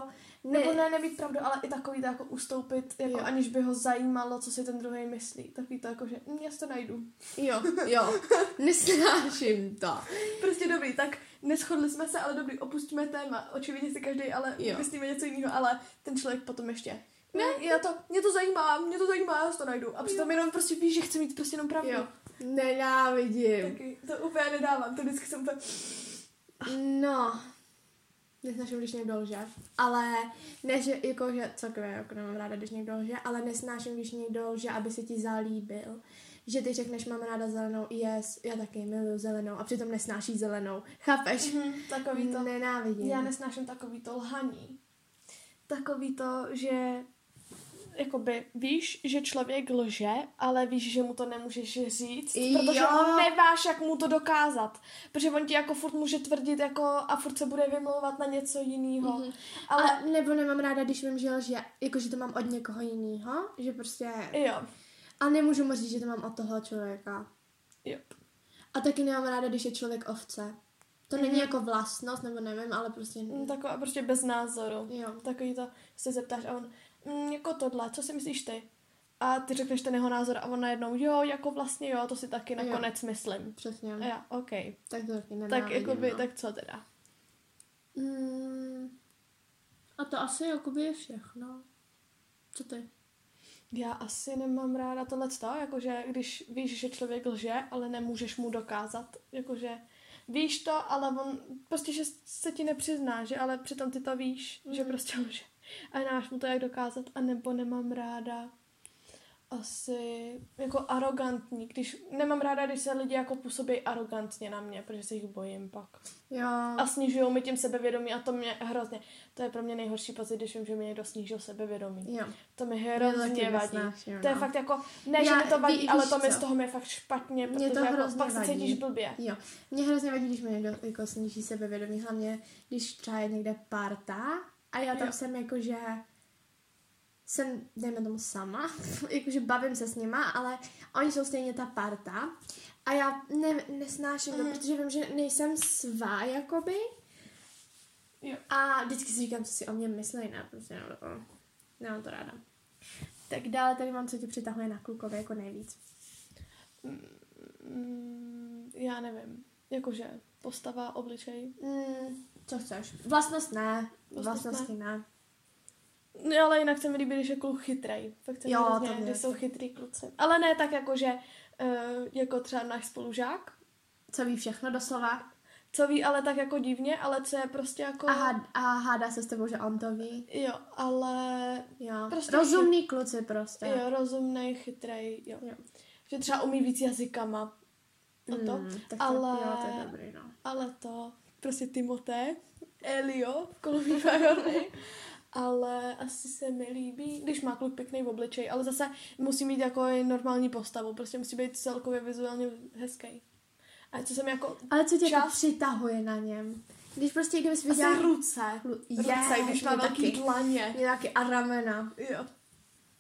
Speaker 1: ne,
Speaker 2: Nebo ne, nebýt pravdu, ale i takový to jako ustoupit, jako
Speaker 1: Jo.
Speaker 2: aniž by ho zajímalo, co si ten druhý myslí. Takový to jako, že "Mm, já si to najdu.
Speaker 1: Jo,
Speaker 2: [laughs]
Speaker 1: jo, nesnáším to.
Speaker 2: Prostě dobrý, tak neschodli jsme se, ale dobrý, opustíme téma. Očividně si každý, ale
Speaker 1: Jo.
Speaker 2: myslíme něco jiného, ale ten člověk potom ještě. Ne, já to, mě to zajímá, mě to zajímá, já si to najdu. A přitom jenom prostě víš, že chci mít prostě jenom pravdu.
Speaker 1: Jo, nenávidím.
Speaker 2: Taky, to úplně nedávám, to vždycky jsem úplně...
Speaker 1: No, nesnáším, když někdo lže, ale ne, že jako, že celkově jako nemám ráda, když někdo lže, ale nesnáším, když někdo lže, aby se ti zalíbil. Že ty řekneš, mám ráda zelenou, yes, já taky miluju zelenou a přitom nesnáší zelenou. Chápeš?
Speaker 2: Mhm, Takový to.
Speaker 1: Nenávidím.
Speaker 2: Já nesnáším takový to lhaní. Takový to, že jakoby víš, že člověk lže, ale víš, že mu to nemůžeš říct, protože
Speaker 1: Jo.
Speaker 2: mu neváš, jak mu to dokázat. Protože on ti jako furt může tvrdit jako a furt se bude vymlouvat na něco jiného.
Speaker 1: Mhm.
Speaker 2: Mm-hmm.
Speaker 1: ale...
Speaker 2: Ale
Speaker 1: nebo nemám ráda, když vím, že lže, jako, že to mám od někoho jiného, že prostě...
Speaker 2: jo,
Speaker 1: A nemůžu mu říct, že to mám od toho člověka.
Speaker 2: jo.
Speaker 1: A taky nemám ráda, když je člověk ovce. To
Speaker 2: Mhm.
Speaker 1: není jako vlastnost, nebo nevím, ale prostě...
Speaker 2: Mm, Taková prostě bez názoru.
Speaker 1: Jo.
Speaker 2: Takový to se zeptáš a on, mm, jako tohle, co si myslíš ty? A ty řekneš ten jeho názor a on najednou, jo, jako vlastně jo, to si taky
Speaker 1: Jo. Mhm.
Speaker 2: nakonec myslím.
Speaker 1: Přesně.
Speaker 2: A já, okej.
Speaker 1: Tak to taky
Speaker 2: Tak
Speaker 1: nenávidím,
Speaker 2: jakoby,
Speaker 1: no.
Speaker 2: tak co teda?
Speaker 1: Mm, a to asi jakoby je všechno. Co ty?
Speaker 2: Já asi nemám ráda tohle to, jakože když víš, že člověk lže, ale nemůžeš mu dokázat, jakože víš to, ale on prostě, že se ti nepřizná, že ale přitom ty to víš, mm. že prostě lže. A nemáš mu to jak dokázat, anebo nemám ráda asi jako arrogantní, když nemám ráda, když se lidi jako působí arrogantně na mě, protože se jich bojím pak.
Speaker 1: Jo.
Speaker 2: A snižují mi tím sebevědomí a to mě hrozně, to je pro mě nejhorší pocit, když vím, že mi někdo snížil sebevědomí.
Speaker 1: jo.
Speaker 2: To mi
Speaker 1: Mě
Speaker 2: hrozně
Speaker 1: taky
Speaker 2: vadí.
Speaker 1: nesnáším,
Speaker 2: To je
Speaker 1: no.
Speaker 2: fakt jako, ne, že
Speaker 1: Já-
Speaker 2: mi to vadí,
Speaker 1: víš
Speaker 2: ale to mi
Speaker 1: co?
Speaker 2: z toho mi je fakt špatně,
Speaker 1: Mě
Speaker 2: protože
Speaker 1: to
Speaker 2: jako,
Speaker 1: hrozně
Speaker 2: pak se
Speaker 1: vadí.
Speaker 2: cítíš blbě.
Speaker 1: Jo. Mě hrozně vadí, když mi někdo jako sníží sebevědomí, hlavně když třeba je někde parta a já tam
Speaker 2: Jo.
Speaker 1: jsem jako, že jsem, dejme tomu, sama, jakože bavím se s nima, ale oni jsou stejně ta parta a já ne, nesnáším to,
Speaker 2: Mhm.
Speaker 1: protože vím, že nejsem svá, jakoby,
Speaker 2: Jo.
Speaker 1: a vždycky si říkám, co si o mě myslí, ne, prostě nemám to, nemám to ráda. Tak dále tady mám, co tě přitahuje na klukově jako nejvíc.
Speaker 2: Mm, já nevím, jakože, Postava, obličej.
Speaker 1: Mm, co chceš? Vlastnost ne.
Speaker 2: Vlastnost
Speaker 1: Vlastnosti ne.
Speaker 2: No, ale jinak se mi líbí, když je kluk chytrej. Fakt se mi
Speaker 1: Jo, to
Speaker 2: hrozně,
Speaker 1: mě
Speaker 2: když
Speaker 1: taky.
Speaker 2: jsou chytrý kluci. Ale ne tak jako, že eh, jako třeba náš spolužák,
Speaker 1: Co ví všechno doslova?
Speaker 2: Jako- co ví, ale tak jako divně, ale co je prostě jako...
Speaker 1: A, hád, a hádá se s tebou, že on to ví.
Speaker 2: Jo, ale
Speaker 1: Jo.
Speaker 2: Prostě
Speaker 1: Prostě Rozumný kluci prostě.
Speaker 2: jo, rozumnej, chytrej, jo.
Speaker 1: Jo.
Speaker 2: Že třeba umí víc jazykama. O to.
Speaker 1: Mm, tak to,
Speaker 2: ale-
Speaker 1: jo, to je dobrý, no.
Speaker 2: Ale to, prostě Timote, Elio, Kolumí Bajorny. Ale asi se mi líbí, když má kluk pěkný v obličej, ale zase musí mít jako i normální postavu, prostě musí být celkově vizuálně hezký. A co jsem jako...
Speaker 1: Ale co tě Čas...
Speaker 2: Čas-
Speaker 1: to přitahuje na něm? Když prostě, kdybys
Speaker 2: Asi
Speaker 1: viděla...
Speaker 2: ruce. Ruce, když má
Speaker 1: mě
Speaker 2: velký
Speaker 1: taky.
Speaker 2: dlaně.
Speaker 1: Mě taky a ramena.
Speaker 2: Jo.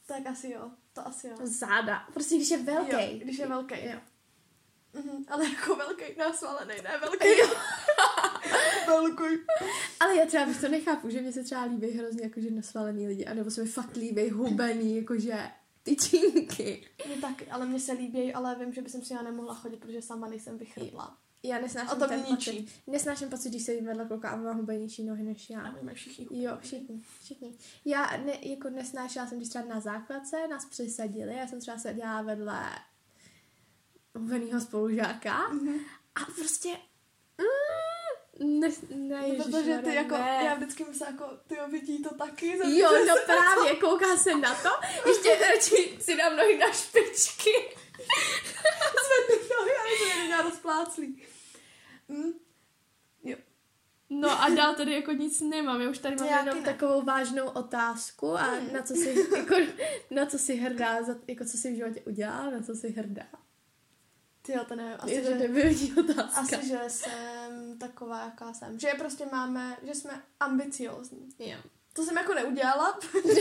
Speaker 2: Tak asi jo, to asi jo.
Speaker 1: Záda. Prostě, když je velký.
Speaker 2: Jo, když je velký.
Speaker 1: Jo.
Speaker 2: Mhm, ale jako velký nasvalený, ne velký. [laughs] velký.
Speaker 1: Ale já třeba bych to nechápu, že mě se třeba líbí hrozně jakože nasvalený lidi, anebo se mi fakt líbí hubený, jako, jakože tyčinky.
Speaker 2: Mě taky, No ale mně se líbí, ale vím, že bych si já nemohla chodit, protože sama nejsem vychrdla.
Speaker 1: Já nesnáším
Speaker 2: A to
Speaker 1: ten
Speaker 2: mě ničí.
Speaker 1: pocit. Nesnáším pocit, když sedím vedle kluka a má hubenější nohy než já.
Speaker 2: A my máme všichni.
Speaker 1: Jo, všichni, všichni. Já ne, jako nesnášela jsem, když třeba na základce nás přesadili, já jsem třeba seděla vedle hubenýho spolužáka
Speaker 2: Mhm.
Speaker 1: a prostě mm, ne, ne,
Speaker 2: No,
Speaker 1: Ježiš,
Speaker 2: protože ty
Speaker 1: Maria,
Speaker 2: jako,
Speaker 1: ne.
Speaker 2: já vždycky myslím jako, ty jo, vidí to taky. [laughs] za-
Speaker 1: Jo, no právě, kouká se na to, ještě radši si dám nohy na špičky.
Speaker 2: Zvedni nohy, ale to mě nějak rozpláclí. Mm.
Speaker 1: No a dál tady jako nic nemám, já už tady mám
Speaker 2: Já
Speaker 1: jenom
Speaker 2: taky ne. Hmm.
Speaker 1: takovou vážnou otázku a na co si, jako, na co si hrdá, za, jako co si v životě udělala, na co si hrdá.
Speaker 2: Ty jo, to nevím, asi,
Speaker 1: Je to
Speaker 2: že,
Speaker 1: debilní otázka.
Speaker 2: asi, že jsem taková, jaká jsem. Že prostě máme, že jsme ambiciózní.
Speaker 1: Jo.
Speaker 2: To jsem jako neudělala. [laughs]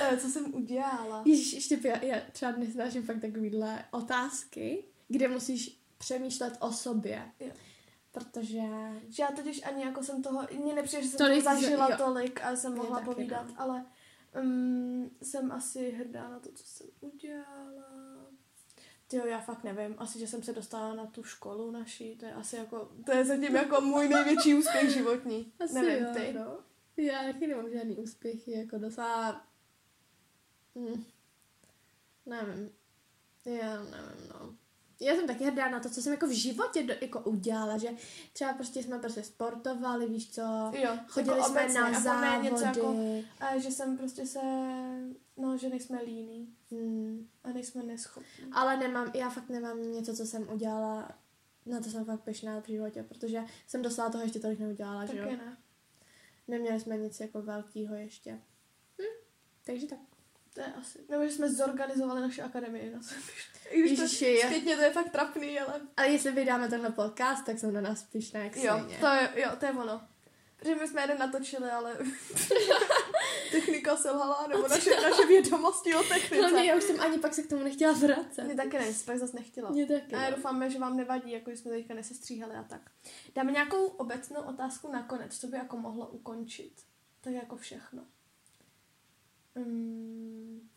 Speaker 2: Eh, Co jsem udělala?
Speaker 1: Ježíš, ještě by- já, já třeba nesnáším fakt takovýhle otázky, kde musíš přemýšlet o sobě.
Speaker 2: Jo.
Speaker 1: Protože...
Speaker 2: Že já totiž ani jako jsem toho, mně nepřijde, že jsem
Speaker 1: Tolik,
Speaker 2: tolik,
Speaker 1: že-
Speaker 2: toho zažila
Speaker 1: jo.
Speaker 2: tolik a jsem
Speaker 1: Mně
Speaker 2: mohla
Speaker 1: taky, no.
Speaker 2: povídat, ale um, jsem asi hrdá na to, co jsem udělala. Jo, já fakt nevím. Asi, že jsem se dostala na tu školu naší. To je asi jako, to je zatím jako můj největší úspěch
Speaker 1: [laughs]
Speaker 2: životní. Asi nevím,
Speaker 1: jo,
Speaker 2: ty.
Speaker 1: No. Já taky nemám žádný úspěchy, jako docela... Hm. Nevím. Já nevím, no. Já jsem taky hrdá na to, co jsem jako v životě do, jako udělala, že třeba prostě jsme prostě sportovali, víš co,
Speaker 2: Jo,
Speaker 1: chodili
Speaker 2: jako
Speaker 1: jsme
Speaker 2: obecně,
Speaker 1: na
Speaker 2: jako ne
Speaker 1: závody.
Speaker 2: něco jako, a že jsem prostě se, no, že nejsme líní
Speaker 1: hmm.
Speaker 2: a nejsme neschopní.
Speaker 1: Ale nemám, já fakt nemám něco, co jsem udělala, na to jsem fakt pešná v životě, protože jsem dosáhla toho ještě tolik neudělala, že
Speaker 2: Také
Speaker 1: jo?
Speaker 2: ne.
Speaker 1: Neměli jsme nic jako velkého ještě. Hm. Takže tak.
Speaker 2: To je asi. Nebo že jsme zorganizovali naši akademii. No, [laughs] I když to
Speaker 1: Ježiši, já,
Speaker 2: Zpětně to je fakt trapný, ale...
Speaker 1: ale jestli vydáme tenhle podcast, tak jsem na nás pišná jak
Speaker 2: Jo,
Speaker 1: svině.
Speaker 2: to je, jo, to je ono. Protože my jsme jeden natočili,
Speaker 1: [laughs]
Speaker 2: ale technika selhala, nebo naše, naše vědomosti o
Speaker 1: Hlavně
Speaker 2: technice.
Speaker 1: já No, už jsem ani pak se k tomu nechtěla vracet.
Speaker 2: Mě taky ne, se pak zase nechtělo.
Speaker 1: Mě taky.
Speaker 2: A já
Speaker 1: no.
Speaker 2: doufáme, že vám nevadí, jako že jsme teďka nesestříhali a tak. Dáme nějakou obecnou otázku nakonec, co by jako mohlo ukončit. Tak jako všechno. Um,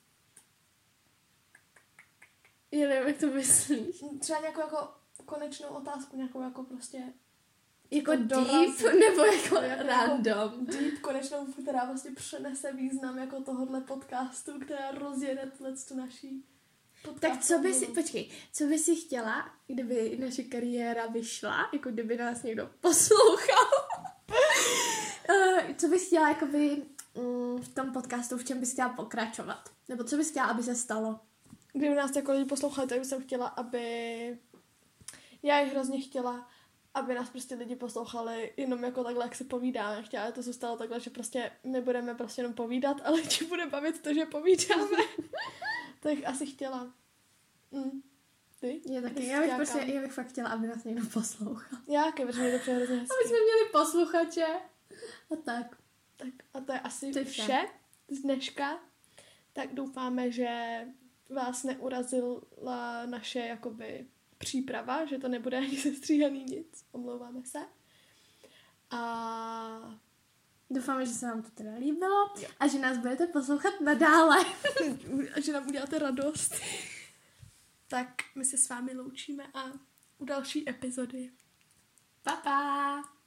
Speaker 1: Já nevím, jak to myslíš.
Speaker 2: třeba nějakou jako konečnou otázku, nějakou jako prostě
Speaker 1: Jako
Speaker 2: To
Speaker 1: deep,
Speaker 2: dorazí.
Speaker 1: [laughs] nebo jako
Speaker 2: Jako-
Speaker 1: random.
Speaker 2: deep konečnou, která vlastně přenese význam jako tohohle podcastu, která rozjede tuhle tu naší podcast.
Speaker 1: Tak co by si, počkej, co by si chtěla, kdyby naše kariéra vyšla, jako kdyby nás někdo poslouchal? [laughs] Eh, co bys chtěla jakoby mm, v tom podcastu, v čem bys chtěla pokračovat? Nebo co bys chtěla, aby se stalo?
Speaker 2: Kdyby nás jako lidi poslouchali, tak bych jsem chtěla, aby... Já je hrozně chtěla, aby nás prostě lidi poslouchali jenom jako takhle, jak se povídáme. Chtěla, aby to zůstalo takhle, že prostě my budeme prostě jenom povídat, [laughs] ale ti bude bavit to, že [laughs] povídáme. tak asi chtěla. Mm. Ty?
Speaker 1: Je
Speaker 2: Bys
Speaker 1: taky, já bych,
Speaker 2: chtěla
Speaker 1: prostě,
Speaker 2: kam?
Speaker 1: já bych fakt chtěla, aby nás někdo poslouchal.
Speaker 2: Já, protože mi to přijde hrozně hezky.
Speaker 1: Aby jsme měli posluchače. A tak.
Speaker 2: Tak a to je asi
Speaker 1: To je vše.
Speaker 2: vše. z dneška. Tak doufáme, že vás neurazila naše jakoby příprava, že to nebude ani [laughs] sestříhaný nic. Omlouváme se. A
Speaker 1: Doufám, že se vám to teda líbilo
Speaker 2: Jo.
Speaker 1: a že nás budete poslouchat nadále.
Speaker 2: a že nám uděláte radost. tak my se s vámi loučíme a u další epizody.
Speaker 1: Pa, pa.